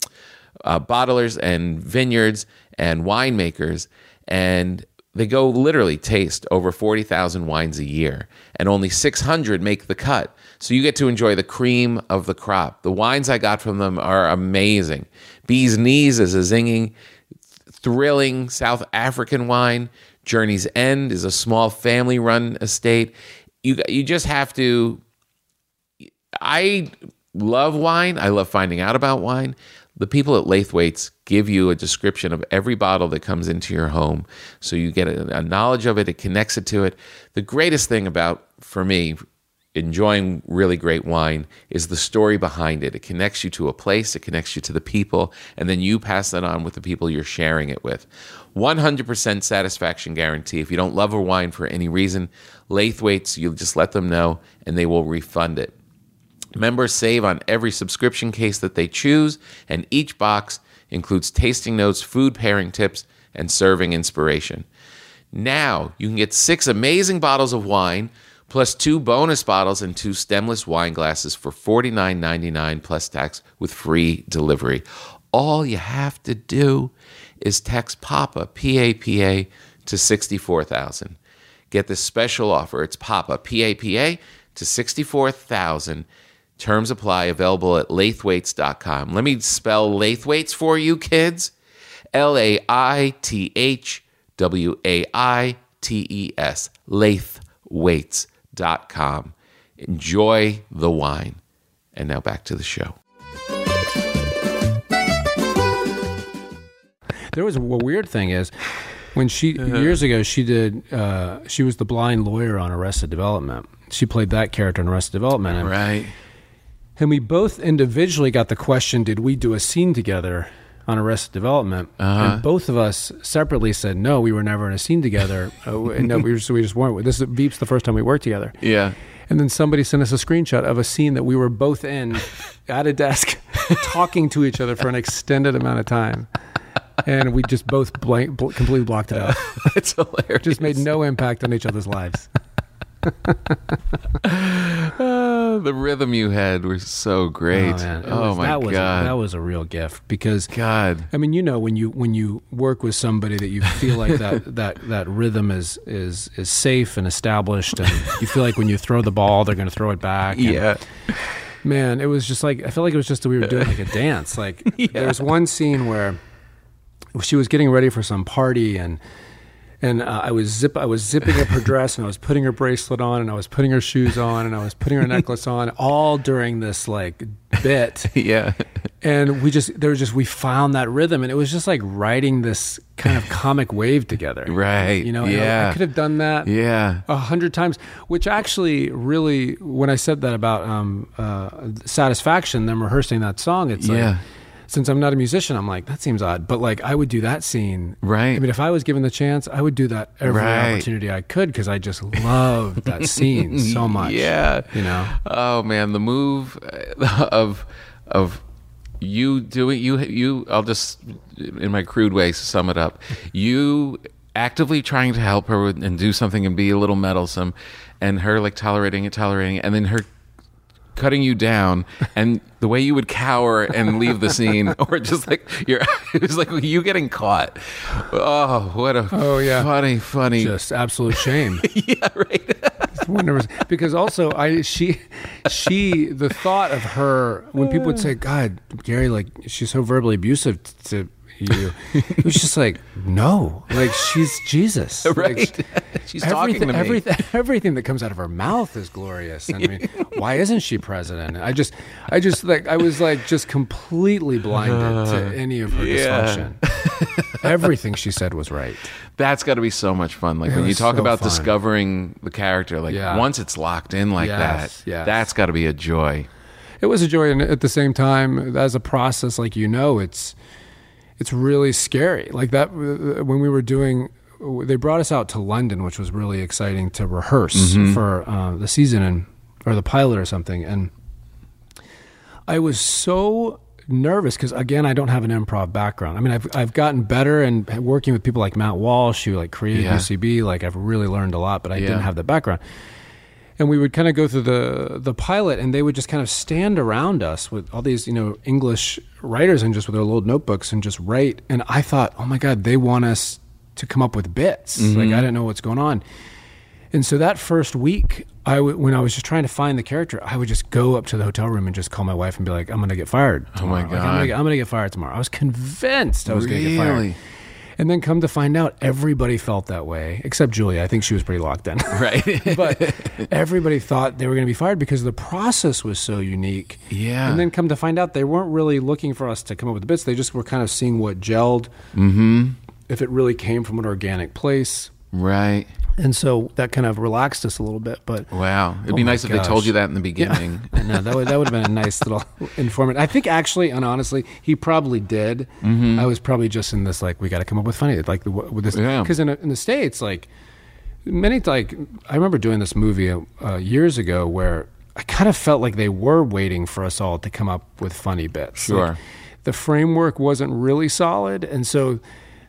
uh, bottlers and vineyards and winemakers, and they go literally taste over 40,000 wines a year, and only 600 make the cut. So you get to enjoy the cream of the crop. The wines I got from them are amazing. Bee's Knees is a zinging, thrilling South African wine. Journey's End is a small family run estate. You, you just have to I love wine. I love finding out about wine. The people at Lathwaite's give you a description of every bottle that comes into your home. So you get a, a knowledge of it, it connects it to it. The greatest thing about, for me, enjoying really great wine is the story behind it. It connects you to a place, it connects you to the people, and then you pass that on with the people you're sharing it with. 100% satisfaction guarantee. If you don't love a wine for any reason, Lathwaite's, you'll just let them know and they will refund it. Members save on every subscription case that they choose, and each box includes tasting notes, food pairing tips, and serving inspiration. Now you can get six amazing bottles of wine, plus two bonus bottles and two stemless wine glasses for $49.99 plus tax with free delivery. All you have to do is text PAPA, P A P A, to 64000 get this special offer. It's PAPA, P-A-P-A, to 64000 Terms apply, available at lathwaites.com. Let me spell Lathwaites for you, kids. L-A-I-T-H-W-A-I-T-E-S, lathwaites.com. Enjoy the wine. And now back to the show.
There was a weird thing is when she years ago she did uh, she was the blind lawyer on Arrested Development. She played that character in Arrested Development, and,
right.
and we both individually got the question: Did we do a scene together on Arrested Development? And both of us separately said no, we were never in a scene together. oh, and no, we just, we just weren't. This is Beep's the first time we worked together.
Yeah.
And then somebody sent us a screenshot of a scene that we were both in at a desk talking to each other for an extended amount of time. And we just both blank, bl- completely blocked it out.
That's hilarious.
Just made no impact on each other's lives.
Ah,
Uh, the rhythm you had was so great.
Oh, man. It
Oh,
was-
my
that was,
god.
That was a real gift because
god.
I mean, you know, when you when you work with somebody that you feel like that that that rhythm is is is safe and established, and you feel like when you throw the ball, they're going to throw it back. and-
Yeah.
Man, it was just like I felt like it was just we were doing like a dance. Like there was one scene where she was getting ready for some party and and uh, I was zip I was zipping up her dress and I was putting her bracelet on and I was putting her shoes on and I was putting her necklace on all during this like bit
Yeah.
and we just there was just we found that rhythm and it was just like riding this kind of comic wave together
Right.
you know and I- I,
Yeah.
could have done that
Yeah.
a hundred times, which actually really, when I said that about um, uh, satisfaction, them rehearsing that song, it's
Yeah.
like since I'm not a musician, I'm like, that seems odd. But like, I would do that scene.
Right.
I mean, if I was given the chance, I would do that every
Right.
opportunity I could because I just loved that scene so much.
Yeah.
You know?
Oh man, the move uh, of of you doing you you I'll just in my crude way sum it up. You actively trying to help her with- and do something and be a little meddlesome and her like tolerating it tolerating it and then her cutting you down and the way you would cower and leave the scene or just like you're it was like you getting caught oh what a
Oh, yeah.
funny funny
Just absolute shame. yeah, right. Wonderful. Because also, I she she the thought of her when people would say, "God, Gary, like she's so verbally abusive t- to you," it was just like, no, like she's Jesus, Like,
right she's talking to me
Everything, everything that comes out of her mouth is glorious. And I mean, why isn't she president? I just, I just like, I was like just completely blinded to any of her
Uh, yeah.
dysfunction. everything she said was right.
That's got to be so much fun. Like when you
was
talk
so
about
fun.
discovering the character, like
Yeah.
once it's locked in like
Yes,
that,
yes.
that's got to be a joy.
It was a joy, and at the same time, as a process, like you know, it's, it's really scary. Like that uh, when we were doing. They brought us out to London, which was really exciting to rehearse
Mm-hmm.
for uh, the season and or the pilot or something. And I was so nervous because again, I don't have an improv background. I mean, I've I've gotten better and working with people like Matt Walsh, who like created
Yeah.
UCB. Like I've really learned a lot, but I
Yeah.
didn't have the background. And we would kind of go through the the pilot, and they would just kind of stand around us with all these you know English writers and just with their little notebooks and just write. And I thought, oh my god, they want us to come up with bits. Like
Mm-hmm.
I didn't know what's going on. And so that first week, I w- when I was just trying to find the character, I would just go up to the hotel room and just call my wife and be like, "I'm going to get fired." Tomorrow.
Oh my
Like, I'm,
God.
gonna get, I'm gonna get fired tomorrow. I was convinced I was going to get fired.
Really?
And then come to find out, everybody felt that way except Julia. I think she was pretty locked in.
Right.
but everybody thought they were going to be fired because the process was so unique.
Yeah.
And then come to find out, they weren't really looking for us to come up with the bits. They just were kind of seeing what gelled, mm-hmm. if it really came from an organic place.
right.
And so that kind of relaxed us a little bit. But
Wow. It'd be
Oh my
nice if they told
gosh.
you that in the beginning.
no, uh, that would that would have been a nice little informant. I think actually, and honestly, he probably did.
Mm-hmm.
I was probably just in this like we got to come up with funny like the- with this
Yeah.
because in in, in the states like many like I remember doing this movie uh, years ago where I kind of felt like they were waiting for us all to come up with funny bits.
Sure.
Like, the framework wasn't really solid, and so.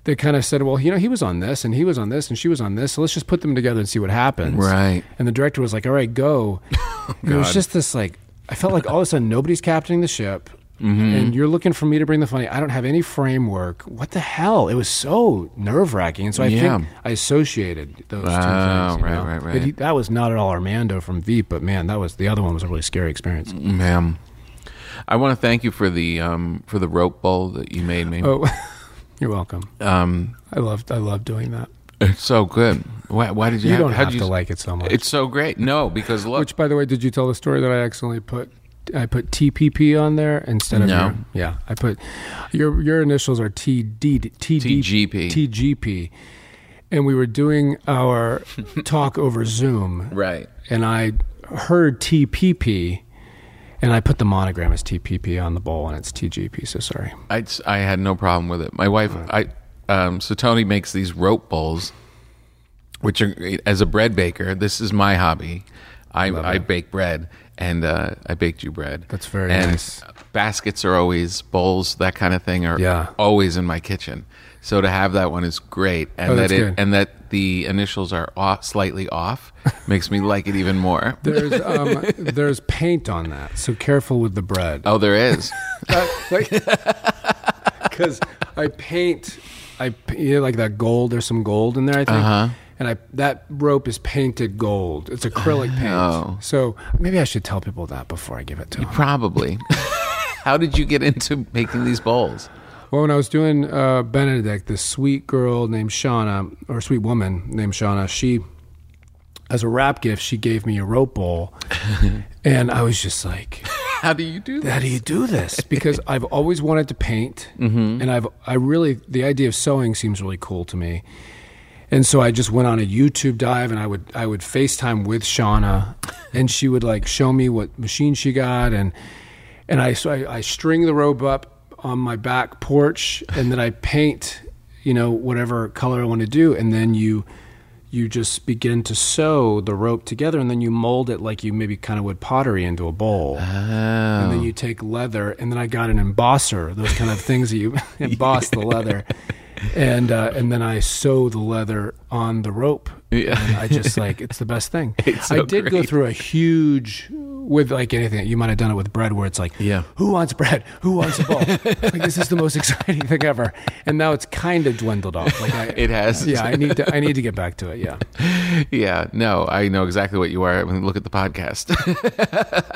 They kind of said, "Well, you know, he was on this, and he was on this, and she was on this. So let's just put them together and see what happens."
Right.
And the director was like, "All right, go." And it was just this like I felt like all of a sudden nobody's captaining the ship,
Mm-hmm.
and you're looking for me to bring the funny. I don't have any framework. What the hell? It was so nerve wracking, and so I
Yeah.
think I associated those two
Wow,
things. you
right,
know?
right, right.
But he- that was not at all Armando from Veep, but man, that was the other one was a really scary experience.
Mm-hmm. Ma'am. I want to thank you for the um for the rope bowl that you made me.
Oh, you're welcome.
Um
I loved I loved doing that.
it's so good. Why, why did you,
You
have,
don't
how'd
have
you,
to like it so much.
It's so great. No, because look,
Which, by the way, did you tell the story that I accidentally put I put TPP on there instead of
No.
your- yeah, I put your your initials are TD, TD
TGP.
TGP, and we were doing our talk over Zoom,
right.
and I heard TPP, and I put the monogram as TPP on the bowl, and it's TGP. So sorry.
I, I had no problem with it. My wife, I, um, so Tony makes these rope bowls, which are as a bread baker. This is my hobby. I, I bake bread, and uh, I baked you bread.
That's very
and
nice.
Baskets are always bowls, that kind of thing are
Yeah.
always in my kitchen. So to have that one is great, and
Oh,
that
that's
it
good.
and that the initials are off, slightly off makes me like it even more.
There's um, there's paint on that, so careful with the bread.
Oh, there is.
because I paint, I p- you know, like that gold. There's some gold in there, I think. And I that rope is painted gold. It's acrylic paint.
Oh.
So maybe I should tell people that before I give it to them.
Probably. How did you get into making these bowls?
Well, when I was doing uh, Benedict, this sweet girl named Shauna, or sweet woman named Shauna, she, as a wrap gift, she gave me a rope bowl, and I was just like.
How do you do that?
how do you do this? Mm-hmm. Because I've always wanted to paint, and I've I really the idea of sewing seems really cool to me, and so I just went on a YouTube dive, and I would I would FaceTime with Shauna, and she would like show me what machine she got, and and I so I, I string the rope up on my back porch, and then I paint, you know, whatever color I want to do, and then you you just begin to sew the rope together, and then you mold it like you maybe kind of would pottery into a bowl, and
Oh.
then you take leather, and then I got an embosser, those kind of things that you emboss the leather, and uh, and then I sew the leather on the rope.
Yeah.
And I just like it's the best thing.
It's so
I did go
great.
through a huge with like anything you might have done it with bread where it's like
Yeah.
who wants bread who wants a bowl like this is the most exciting thing ever and now it's kind of dwindled off like I,
It has.
yeah i need to i need to get back to it yeah
Yeah, no, I know exactly what you are. When you look at the podcast,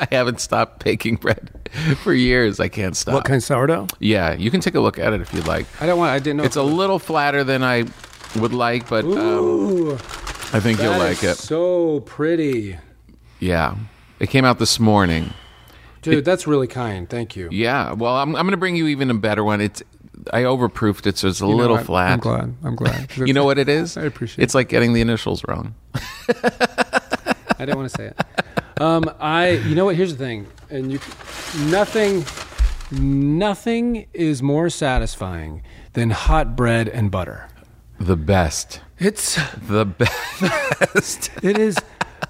I haven't stopped baking bread for years. I can't stop.
what kind of sourdough
yeah, you can take a look at it if you'd like.
i don't want i didn't know
It's a little flatter than I would like, but um,
Ooh,
I think you'll
that is
like it.
so pretty
Yeah, it came out this morning.
dude that's really kind thank you
Yeah, well, I'm I'm gonna bring you even a better one. It's I overproofed it, so it's a little
I-
flat.
i'm glad i'm glad
You know what it is?
I appreciate
It's like getting the initials wrong.
I don't want to say it. Um, I, you know what? Here's the thing, and you, nothing, nothing is more satisfying than hot bread and butter.
The best.
It's,
The best.
it is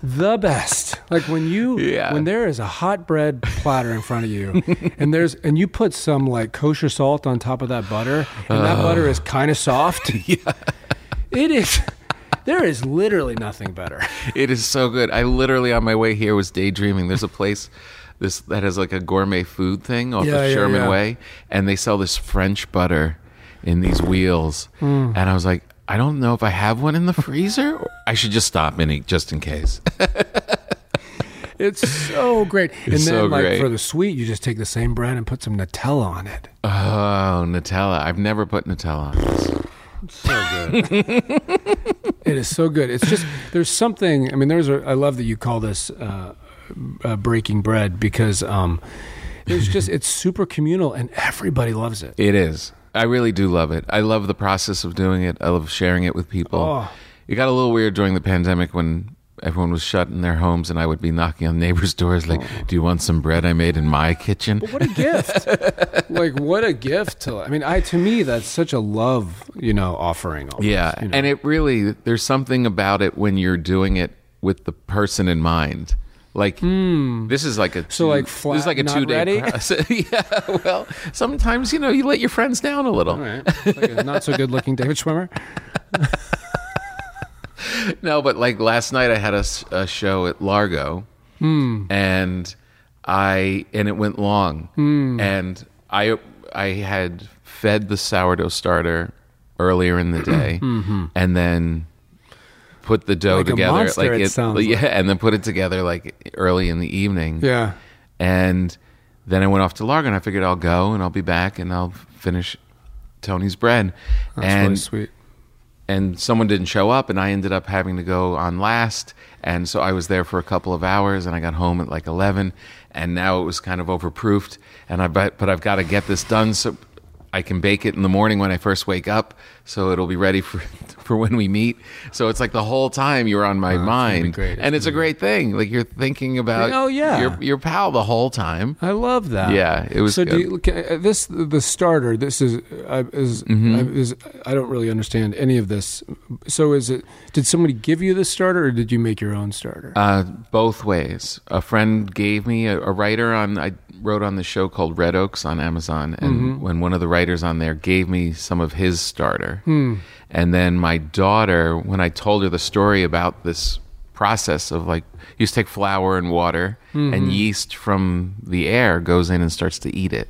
the best. Like when you,
Yeah.
when there is a hot bread platter in front of you, and there's, and you put some like kosher salt on top of that butter, and that butter is kind of soft. Yeah. It is. There is literally nothing better.
It is so good. I literally on my way here was daydreaming. There's a place this that has like a gourmet food thing off
Yeah,
of
yeah,
Sherman
yeah.
Way, and they sell this French butter in these wheels.
Hmm.
And I was like, I don't know if I have one in the freezer. Or I should just stop and eat just in case.
It's so great. and then
so
like
great.
for the sweet, you just take the same bread and put some Nutella on it.
oh, Nutella! I've never put Nutella on this.
It is so good. It's just there's something. I mean, there's a. I love that you call this uh, uh, breaking bread because um, there's just it's super communal and everybody loves it.
It is. I really do love it. I love the process of doing it. I love sharing it with people.
Oh.
It got a little weird during the pandemic when everyone was shut in their homes and I would be knocking on neighbors' doors like,
Oh.
"Do you want some bread I made in my kitchen?"
What a gift! like what a gift to. I mean, I to me that's such a love you know offering. Almost,
Yeah.
you know.
And it really there's something about it when you're doing it with the person in mind. Like this is like a
Hmm. So, like, flat,
this is like a
not
two day
ready?
process. yeah. Well, sometimes you know you let your friends down a little.
All right. Like a not so good looking David Schwimmer.
No, but like last night I had a, s- a show at Largo,
Hmm.
and I and it went long,
Hmm.
and I I had fed the sourdough starter earlier in the day, and then put the dough
Mm-hmm. Like a
together
monster, it sounds
yeah, and then put it together like early in the evening,
Yeah.
and then I went off to Largo, and I figured I'll go and I'll be back and I'll finish Tony's bread,
That's
and
really sweet.
and someone didn't show up and I ended up having to go on last and so I was there for a couple of hours and I got home at like 11 and now it was kind of overproofed and I but, but I've got to get this done so I can bake it in the morning when I first wake up so it'll be ready for for when we meet so it's like the whole time you're on my mind
great. Oh, It's
and it's a great thing like you're thinking about
Oh, yeah.
your your pal the whole time
I love that.
Yeah, it was
So do
good.
you, okay, uh, this the starter. This is uh, is,
Mm-hmm.
uh, is I don't really understand any of this. So is it? Did somebody give you the starter, or did you make your own starter?
Uh, both ways. A friend gave me a, a writer on. I wrote on the show called Red Oaks on Amazon, and when one of the writers on there gave me some of his starter, and then my daughter, when I told her the story about this process of like, you just take flour and water, and yeast from the air goes in and starts to eat it,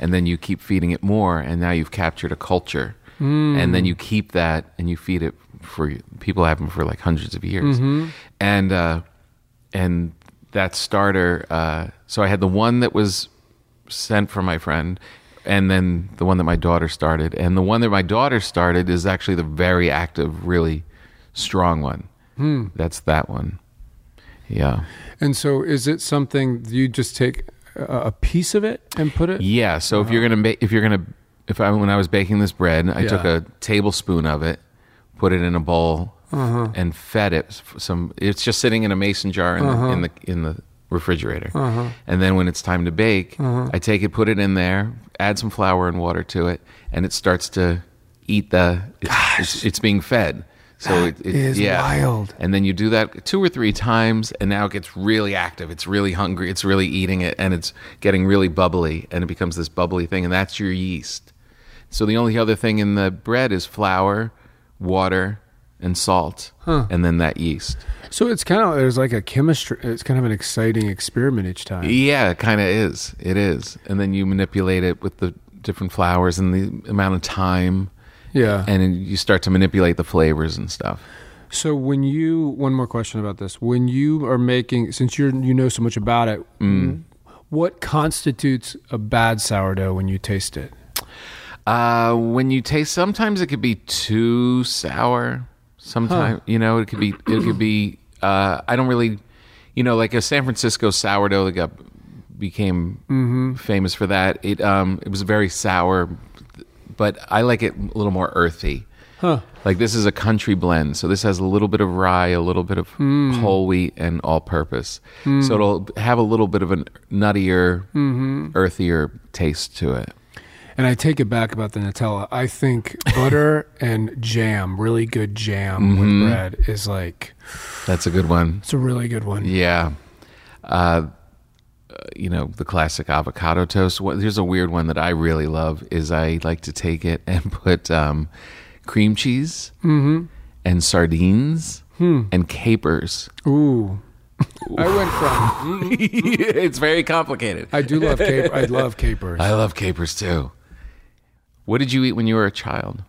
and then you keep feeding it more, and now you've captured a culture, and then you keep that and you feed it for people have them for like hundreds of years, and. uh and that starter uh, so i had the one that was sent from my friend and then the one that my daughter started and the one that my daughter started is actually the very active really strong one that's that one yeah
and so is it something you just take a, a piece of it and put it? Uh-huh.
yeah so if you're gonna make if you're gonna if i when i was baking this bread i took
Yeah.
a tablespoon of it put it in a
Uh-huh. Uh-huh.
bowl and fed it f- some it's just sitting in a mason jar in, the, in the in the refrigerator. And then when it's time to bake,
Uh-huh.
I take it, put it in there, add some flour and water to it, and it starts to eat the. It's, it's, it's being fed. So it, it
is
yeah.
wild.
And then you do that two or three times, and now it gets really active. It's really hungry. It's really eating it, and it's getting really bubbly, and it becomes this bubbly thing, and that's your yeast. So the only other thing in the bread is flour, water, and salt, and then that yeast.
So it's kind of there's like a chemistry. It's kind of an exciting experiment each time.
Yeah, it kind of is. It is. And then you manipulate it with the different flowers and the amount of time,
Yeah.
and then you start to manipulate the flavors and stuff.
so when you one more question about this, when you are making since you're you know so much about it,
Mm-hmm.
what constitutes a bad sourdough when you taste it?
Uh, when you taste, sometimes it could be too sour. Sometimes you know it could be. It could be. Uh, I don't really, you know, like a San Francisco sourdough that got became famous for that. It um, it was very sour, but I like it a little more earthy. Huh. Like this is a country blend, so this has a little bit of rye, a little bit of whole wheat, and all-purpose. So it'll have a little bit of a nuttier, earthier taste to it.
And I take it back about the Nutella. I think butter and jam, really good jam
Mm-hmm.
with bread, is like
That's a good one.
it's a really good one.
Yeah. Uh, you know, the classic avocado toast. What- Here's a weird one that I really love is I like to take it and put um, cream cheese and sardines and capers.
Ooh, I went from
it's very complicated.
I do love cap- I love capers.
I love capers too. What did you eat when you were a child?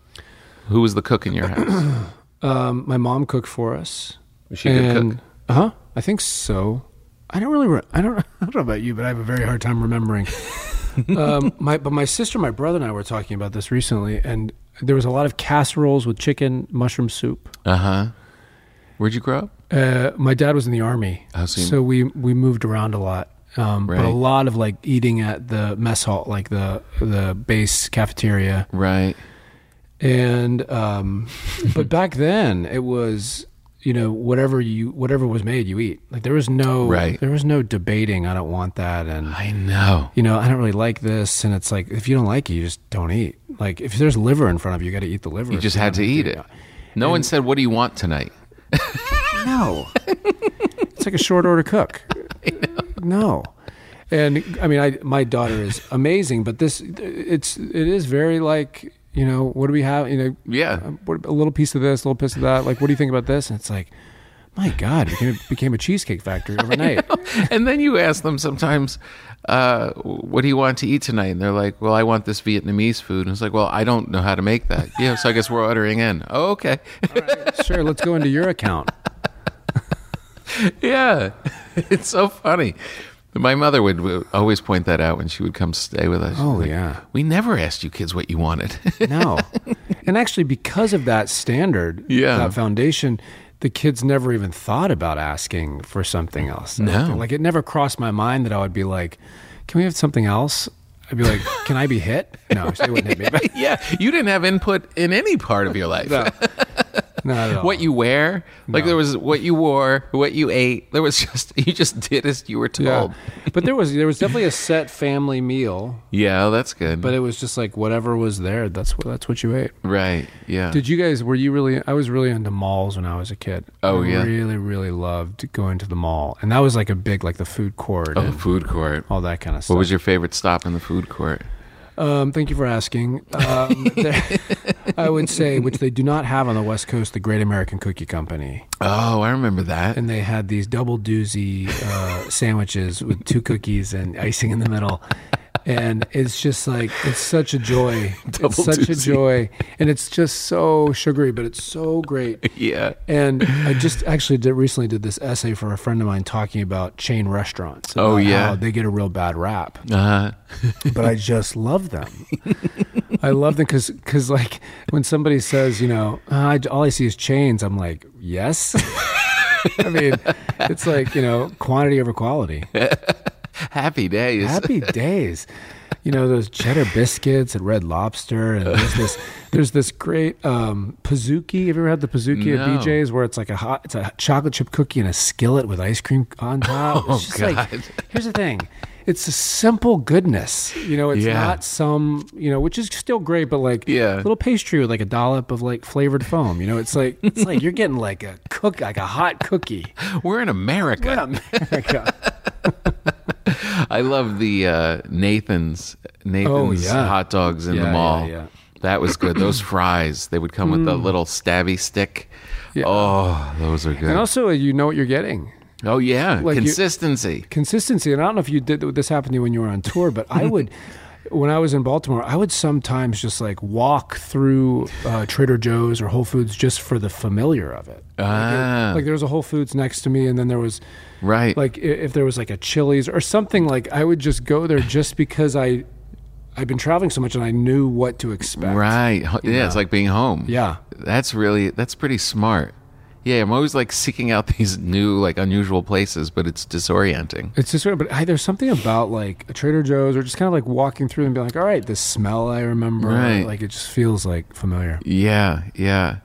Who was the cook in your house?
Um, my mom cooked for us.
Was she a good cook?
Huh? I think so. I don't really. Re- I don't. I don't know about you, but I have a very hard time remembering. um, my but my sister, my brother, and I were talking about this recently, and there was a lot of casseroles with chicken mushroom soup.
Uh huh. Where'd you grow up?
Uh, my dad was in the army,
I see.
so we we moved around a lot. Um, But
Right.
a lot of like eating at the mess hall, like the the base cafeteria,
Right.
and um, but back then it was you know whatever you whatever was made you eat. Like there was no
Right.
there was no debating. I don't want that, and
I know.
you know I don't really like this. And it's like if you don't like it, you just don't eat. Like if there's liver in front of you, you got to eat the liver.
You just had to eat it. No one said, What do you want tonight?
No. it's like a short order cook. No. And I mean, I my daughter is amazing, but this it's it is very like you know what do we have you know Um,
Yeah.
what, a little piece of this, a little piece of that. Like what do you think about this? And it's like, my God, we became, became a cheesecake factory overnight.
and then you ask them sometimes, uh, what do you want to eat tonight? And they're like, well, I want this Vietnamese food. And it's like, well, I don't know how to make that. Yeah, so I guess we're ordering in. Oh, okay.
sure, let's go into your account.
yeah. It's so funny. My mother would, would always point that out when she would come stay with us. She'd be
Oh,
like,
yeah.
We never asked you kids what you wanted.
No, and actually, because of that standard,
Yeah.
that foundation. The kids never even thought about asking for something else. No. Like it never crossed my mind that I would be like, can we have something else? I'd be like, can I be hit? No, they wouldn't hit me. But
yeah. You didn't have input in any part of your life.
not at all.
What you wear, like
No.
there was what you wore, what you ate. There was just you just did as you were told.
yeah. But there was there was definitely a set family meal,
Yeah, that's good.
but it was just like whatever was there, that's what that's what you ate.
right, yeah.
Did you guys were you really I was really into malls when I was a kid.
Oh,
I
yeah.
Really, really loved going to the mall. And that was like a big like the food court
oh,
and
food court.
all that kind of stuff.
What was your favorite stop in the food court?
um, thank you for asking. Um, there- I would say, which they do not have on the West Coast, the Great American Cookie Company,
Oh, I remember that.
and they had these double doozy uh, sandwiches with two cookies and icing in the middle. And it's just like it's such a joy.
Double
it's such a
doozy.
joy, and it's just so sugary, but it's so great.
Yeah.
And I just actually did, recently did this essay for a friend of mine talking about chain restaurants.
Oh,
about
yeah.
how they get a real bad rap, Uh-huh.
Uh,
but I just love them. I love them because like when somebody says you know "Ah, I, all I see is chains, I'm like yes. I mean, it's like you know quantity over quality.
happy days.
Happy days. you know those cheddar biscuits and red lobster and there's this there's this great um pizookie have you ever had the pizookie
No.
at bj's where it's like a hot it's a chocolate chip cookie and a skillet with ice cream on top
Oh,
It's just like-
God.
here's the thing it's a simple goodness you know it's
Yeah.
not some you know which is still great but like
Yeah.
little pastry with like a dollop of like flavored foam you know it's like it's like you're getting like a cook like a hot cookie
We're in America.
We're in America.
I love the uh, Nathan's Nathan's
Oh, yeah.
hot dogs in
Yeah,
the
yeah,
mall.
yeah. Mm.
That was good. Those fries, they would come with the little stabby stick. Oh, those are good.
and also you know what you're getting
oh yeah,
like you-
consistency.
consistency. And I don't know if you did this happened to you when you were on tour, but I would. When I was in Baltimore, I would sometimes just like walk through uh, Trader Joe's or Whole Foods just for the familiar of it.
ah,
Like there was a Whole Foods next to me, and then there was
right.
like i- if there was like a Chili's or something. Like I would just go there just because I I've been traveling so much and I knew what to expect.
right. Ho- Yeah, it's like being home.
Yeah.
That's really that's pretty smart. Yeah, I'm always like seeking out these new like unusual places, but it's disorienting.
It's just weird, but I, there's something about like a Trader Joe's or just kind of like walking through and being like, all right, this smell I remember.
Right.
Like it just feels like familiar.
Yeah, yeah.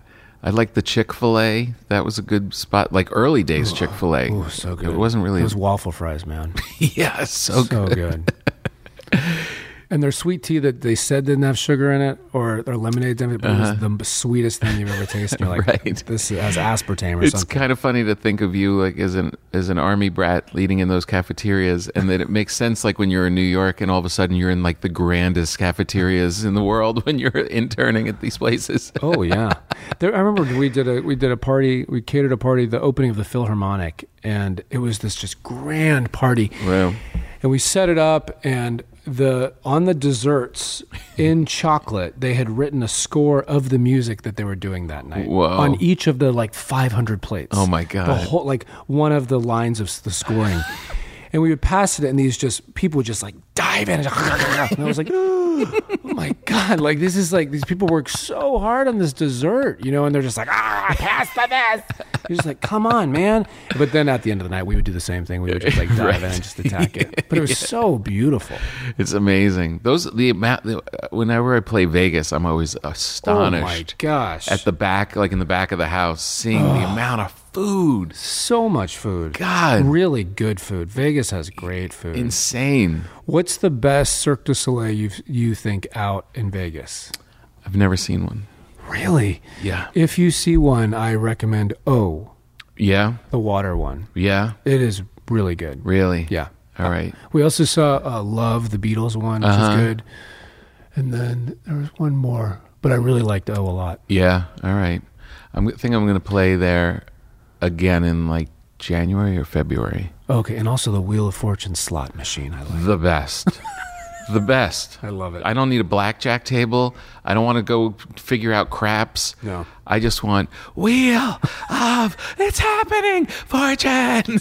I like the Chick Fil A. That was a good spot. Like early days Chick Fil A.
Oh, so good.
It wasn't really.
Those waffle fries, man.
yeah, it's so good.
So good. and their sweet tea that they said didn't have sugar in it, or their lemonade didn't, have it, but it was the sweetest thing you've ever tasted. You're like,
Uh-huh. Right.
this has aspartame or
It's
something.
kind of funny to think of you like as an as an army brat leading in those cafeterias, and that it makes sense like when you're in New York, and all of a sudden you're in like the grandest cafeterias in the world when you're interning at these places.
oh yeah, there, I remember we did a we did a party. We catered a party, the opening of the Philharmonic, and it was this just grand party.
Wow.
and we set it up and the on the desserts in chocolate they had written a score of the music that they were doing that night
Whoa.
on each of the like 500 plates
Oh, my
the
God.
whole like one of the lines of s- the scoring and we would pass it and these just people would just like dive in and i was like oh my god like this is like these people work so hard on this dessert you know and they're just like ah pass the best you're just like come on man but then at the end of the night we would do the same thing we would just like dive in and just attack it but it was so beautiful
It's amazing. Those the amount. The, whenever I play Vegas, I'm always astonished.
oh my gosh
At the back, like in the back of the house, seeing the amount of food.
so much food
God.
really good food vegas has great food
Insane.
what's the best cirque du soleil you you think out in vegas
I've never seen one.
Really?
Yeah.
If you see one, I recommend O,
Yeah.
the water one.
Yeah.
It is really good.
Really?
Yeah.
All right.
We also saw uh, Love, the Beatles one, which is good. And then there was one more, but I really liked O a lot.
Yeah. All right. I'm, I think I'm going to play there again in like January or February.
Okay, and also the Wheel of Fortune slot machine. I like.
The best. the best.
I love it.
I don't need a blackjack table. I don't want to go figure out craps.
No.
I just want wheel of it's happening fortune.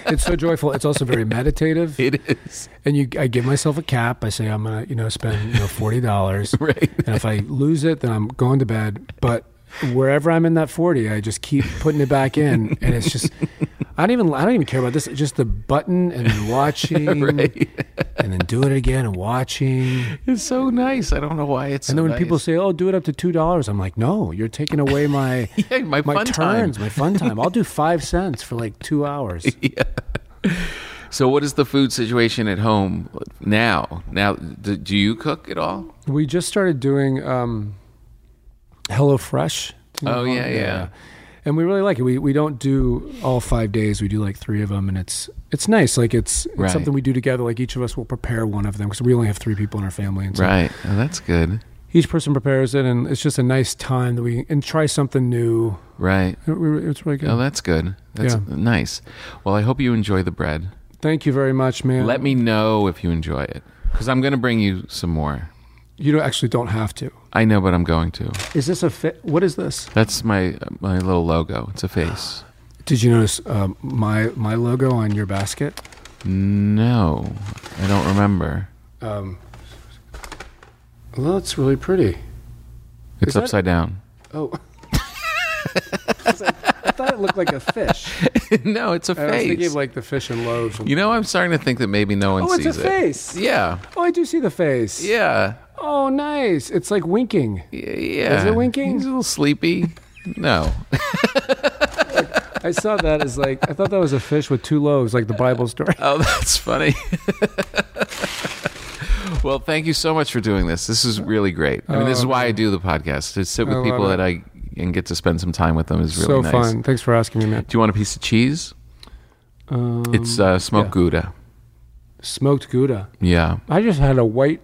it's so joyful. It's also very meditative.
it is.
and you I give myself a cap. I say I'm gonna, you know, spend you know forty dollars.
Right.
And if I lose it, then I'm going to bed. But wherever I'm in that forty, I just keep putting it back in, and it's just I don't even I don't even care about this. It's just the button and then watching, and then doing it again and watching.
It's so nice. I don't know why it's.
And
so
then when
nice.
people say, "Oh, do it up to two dollars," I'm like, "No, you're taking away my
Yeah, my fun time.
turns, my fun time. I'll do five cents for like two hours."
So, what is the food situation at home now? Now, do, do you cook at all?
We just started doing um, HelloFresh.
Oh, yeah, yeah.
And we really like it. We we don't do all five days. We do like three of them, and it's it's nice. Like it's, it's
Right.
something we do together. Like each of us will prepare one of them because we only have three people in our family, and so
Right. Oh, that's good.
each person prepares it, and it's just a nice time that we and try something new.
Right.
It- we- It's really good.
Oh, that's good. That's
Yeah.
nice. Well, I hope you enjoy the bread.
Thank you very much, man.
Let me know if you enjoy it because I'm going to bring you some more.
You don't, actually don't have to.
I know, but I'm going to.
Is this a fit? What is this?
That's my my little logo. It's a face.
Did you notice um, my my logo on your basket?
No, I don't remember.
Um, well, that's really pretty.
It's
Is that-
upside down.
Oh. I, was like, I thought that looked like a fish?
no, it's a
I was thinking
face.
of like the fish and loaves.
you know, I'm starting to think that maybe no one
oh, it's
sees
a face.
it. Yeah,
Oh, I do see the face.
yeah,
Oh, nice. It's like winking.
yeah, yeah.
Is it winking?
He's a little sleepy. No,
I saw that as like I thought that was a fish with two loaves, like the Bible story.
Oh, that's funny. well, thank you so much for doing this. This is really great. I mean, this is why I do the podcast to sit with
Oh, I love
people
it.
that I and get to spend some time with them is really
so
nice.
fun. Thanks for asking me, man.
Do you want a piece of cheese?
Um,
It's uh, smoked gouda.
smoked gouda.
Yeah.
I just had a white,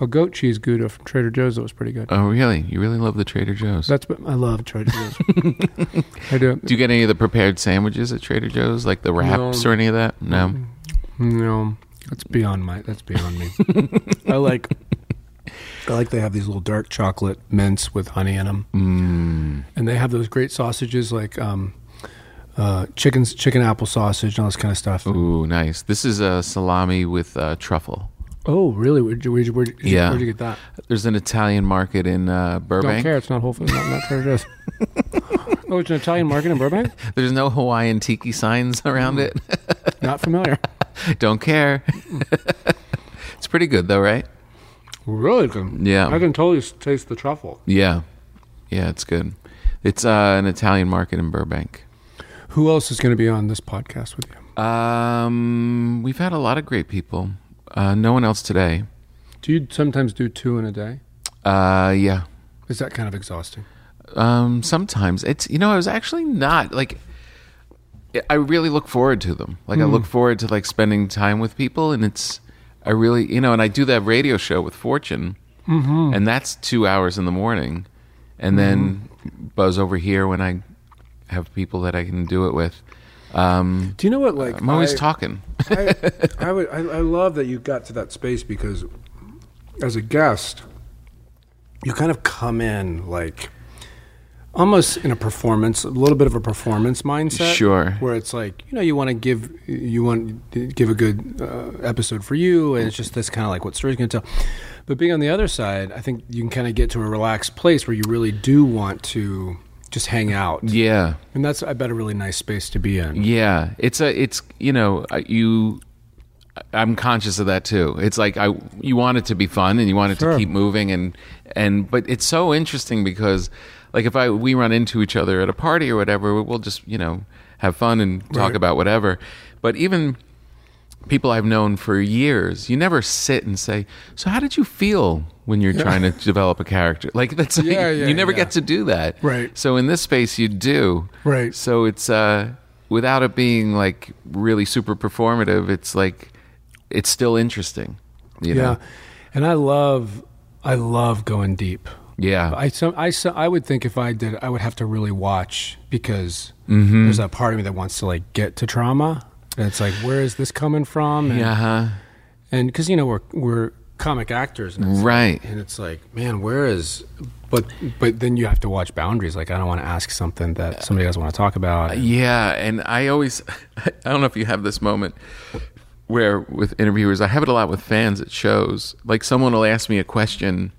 a goat cheese gouda from Trader Joe's that was pretty good.
Oh, really? You really love the Trader Joe's.
That's what I love Trader Joe's. I do.
do you get any of the prepared sandwiches at Trader Joe's, like the wraps
No.
or any of that? No.
No, that's beyond my. That's beyond me. I like. I like they have these little dark chocolate mints with honey in them,
Mm.
and they have those great sausages like um, uh, chickens, chicken apple sausage, and all this kind of stuff.
Ooh, nice. This is a salami with uh, truffle.
Oh, really? Where'd you, where'd, you, where'd, you,
Yeah.
where'd you get that?
There's an Italian market in
Don't
uh,
care.
Burbank.
It's not Whole Foods. Not, not Trader Joe's. oh, it's an Italian market in Burbank.
There's no Hawaiian tiki signs around
Mm.
it.
Not familiar.
Don't care. it's pretty good though, right?
Really good.
Yeah.
I can totally s- taste the truffle.
Yeah. Yeah, it's good. It's uh, an Italian market in Burbank.
Who else is going to be on this podcast with you?
Um, we've had a lot of great people. Uh, no one else today.
Do you sometimes do two in a day?
Uh, yeah.
Is that kind of exhausting?
Um, sometimes it's you know I was actually not like I- I really look forward to them. Like I look forward to like spending time with people, and it's I really you know, and I do that radio show with Fortune, and that's two hours in the morning, and then buzz over here when I have people that I can do it with. Um,
Do you know what? Like
I'm always
I-
talking.
I, I would. I, I love that you got to that space because, as a guest, you kind of come in like almost in a performance, a little bit of a performance mindset.
Sure.
Where it's like you know you want to give you want to give a good uh, episode for you, and it's just this kind of like what story's going to tell. But being on the other side, I think you can kind of get to a relaxed place where you really do want to just hang out,
Yeah.
and that's I bet a really nice space to be in.
Yeah, it's a it's you know uh, you. I'm conscious of that too. It's like I you want it to be fun and you want it
Sure.
to keep moving and and but it's so interesting because like if I we run into each other at a party or whatever, we'll just you know have fun and talk
Right.
about whatever. But even people I've known for years, you never sit and say, "So how did you feel?" When you're trying to develop a character, like that's like,
Yeah, yeah,
you never
yeah.
get to do that,
Right.
So in this space, you do,
Right.
so it's uh without it being like really super performative, it's like it's still interesting. You
Yeah,
know?
and I love I love going deep.
Yeah.
I some I some, I would think if I did I would have to really watch because
Mm-hmm.
there's that part of me that wants to like get to trauma. And it's like where is this coming from? And,
yeah. Uh-huh. huh
and because you know we're we're comic actors and it's,
Right.
and it's like man where is but but then you have to watch boundaries. Like I don't want to ask something that somebody doesn't want to talk about.
Yeah, and I always I don't know if you have this moment where with interviewers, I have it a lot with fans at shows. Like someone will ask me a question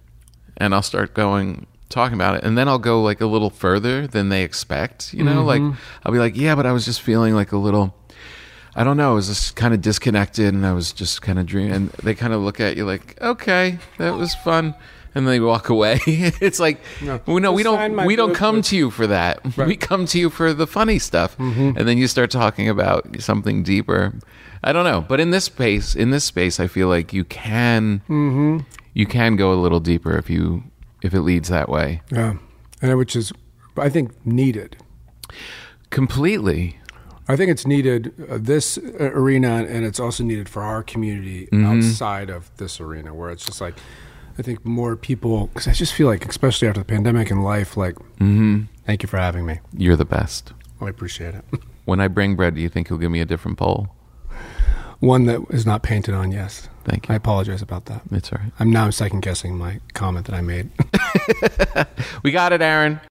and I'll start going talking about it and then I'll go like a little further than they expect, you know?
Mm-hmm.
Like I'll be like, "Yeah, but I was just feeling like a little I don't know, I was just kind of disconnected and I was just kind of dreaming." And they kind of look at you like, "Okay, that was fun." And they walk away. it's like,
No.
well, no, we
Sign
don't,
my
we don't
book
come
with-
to you for that. We come to you for the funny stuff, and then you start talking about something deeper. I don't know, but in this space, in this space, I feel like you can you can go a little deeper if you if it leads that way
Yeah, and which is I think needed.
completely.
I think it's needed uh, this uh, arena, and it's also needed for our community outside of this arena, where it's just like I think more people. Because I just feel like, especially after the pandemic and life, like thank you for having me.
You're the best.
I appreciate it.
When I bring bread, do you think you'll give me a different poll?
One that is not painted on. Yes,
Thank
I
you.
apologize about that.
It's all right.
I'm now I'm second guessing my comment that I made.
We got it, Aaron.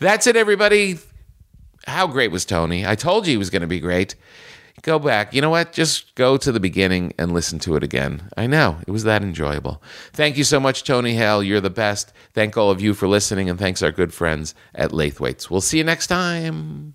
That's it, everybody. How great was Tony? I told you he was going to be great.
Go back. You know what? Just go to the beginning and listen to it again. I know. It was that enjoyable. Thank you so much, Tony Hale. You're the best. Thank all of you for listening, and thanks our good friends at Lathwaites. We'll see you next time.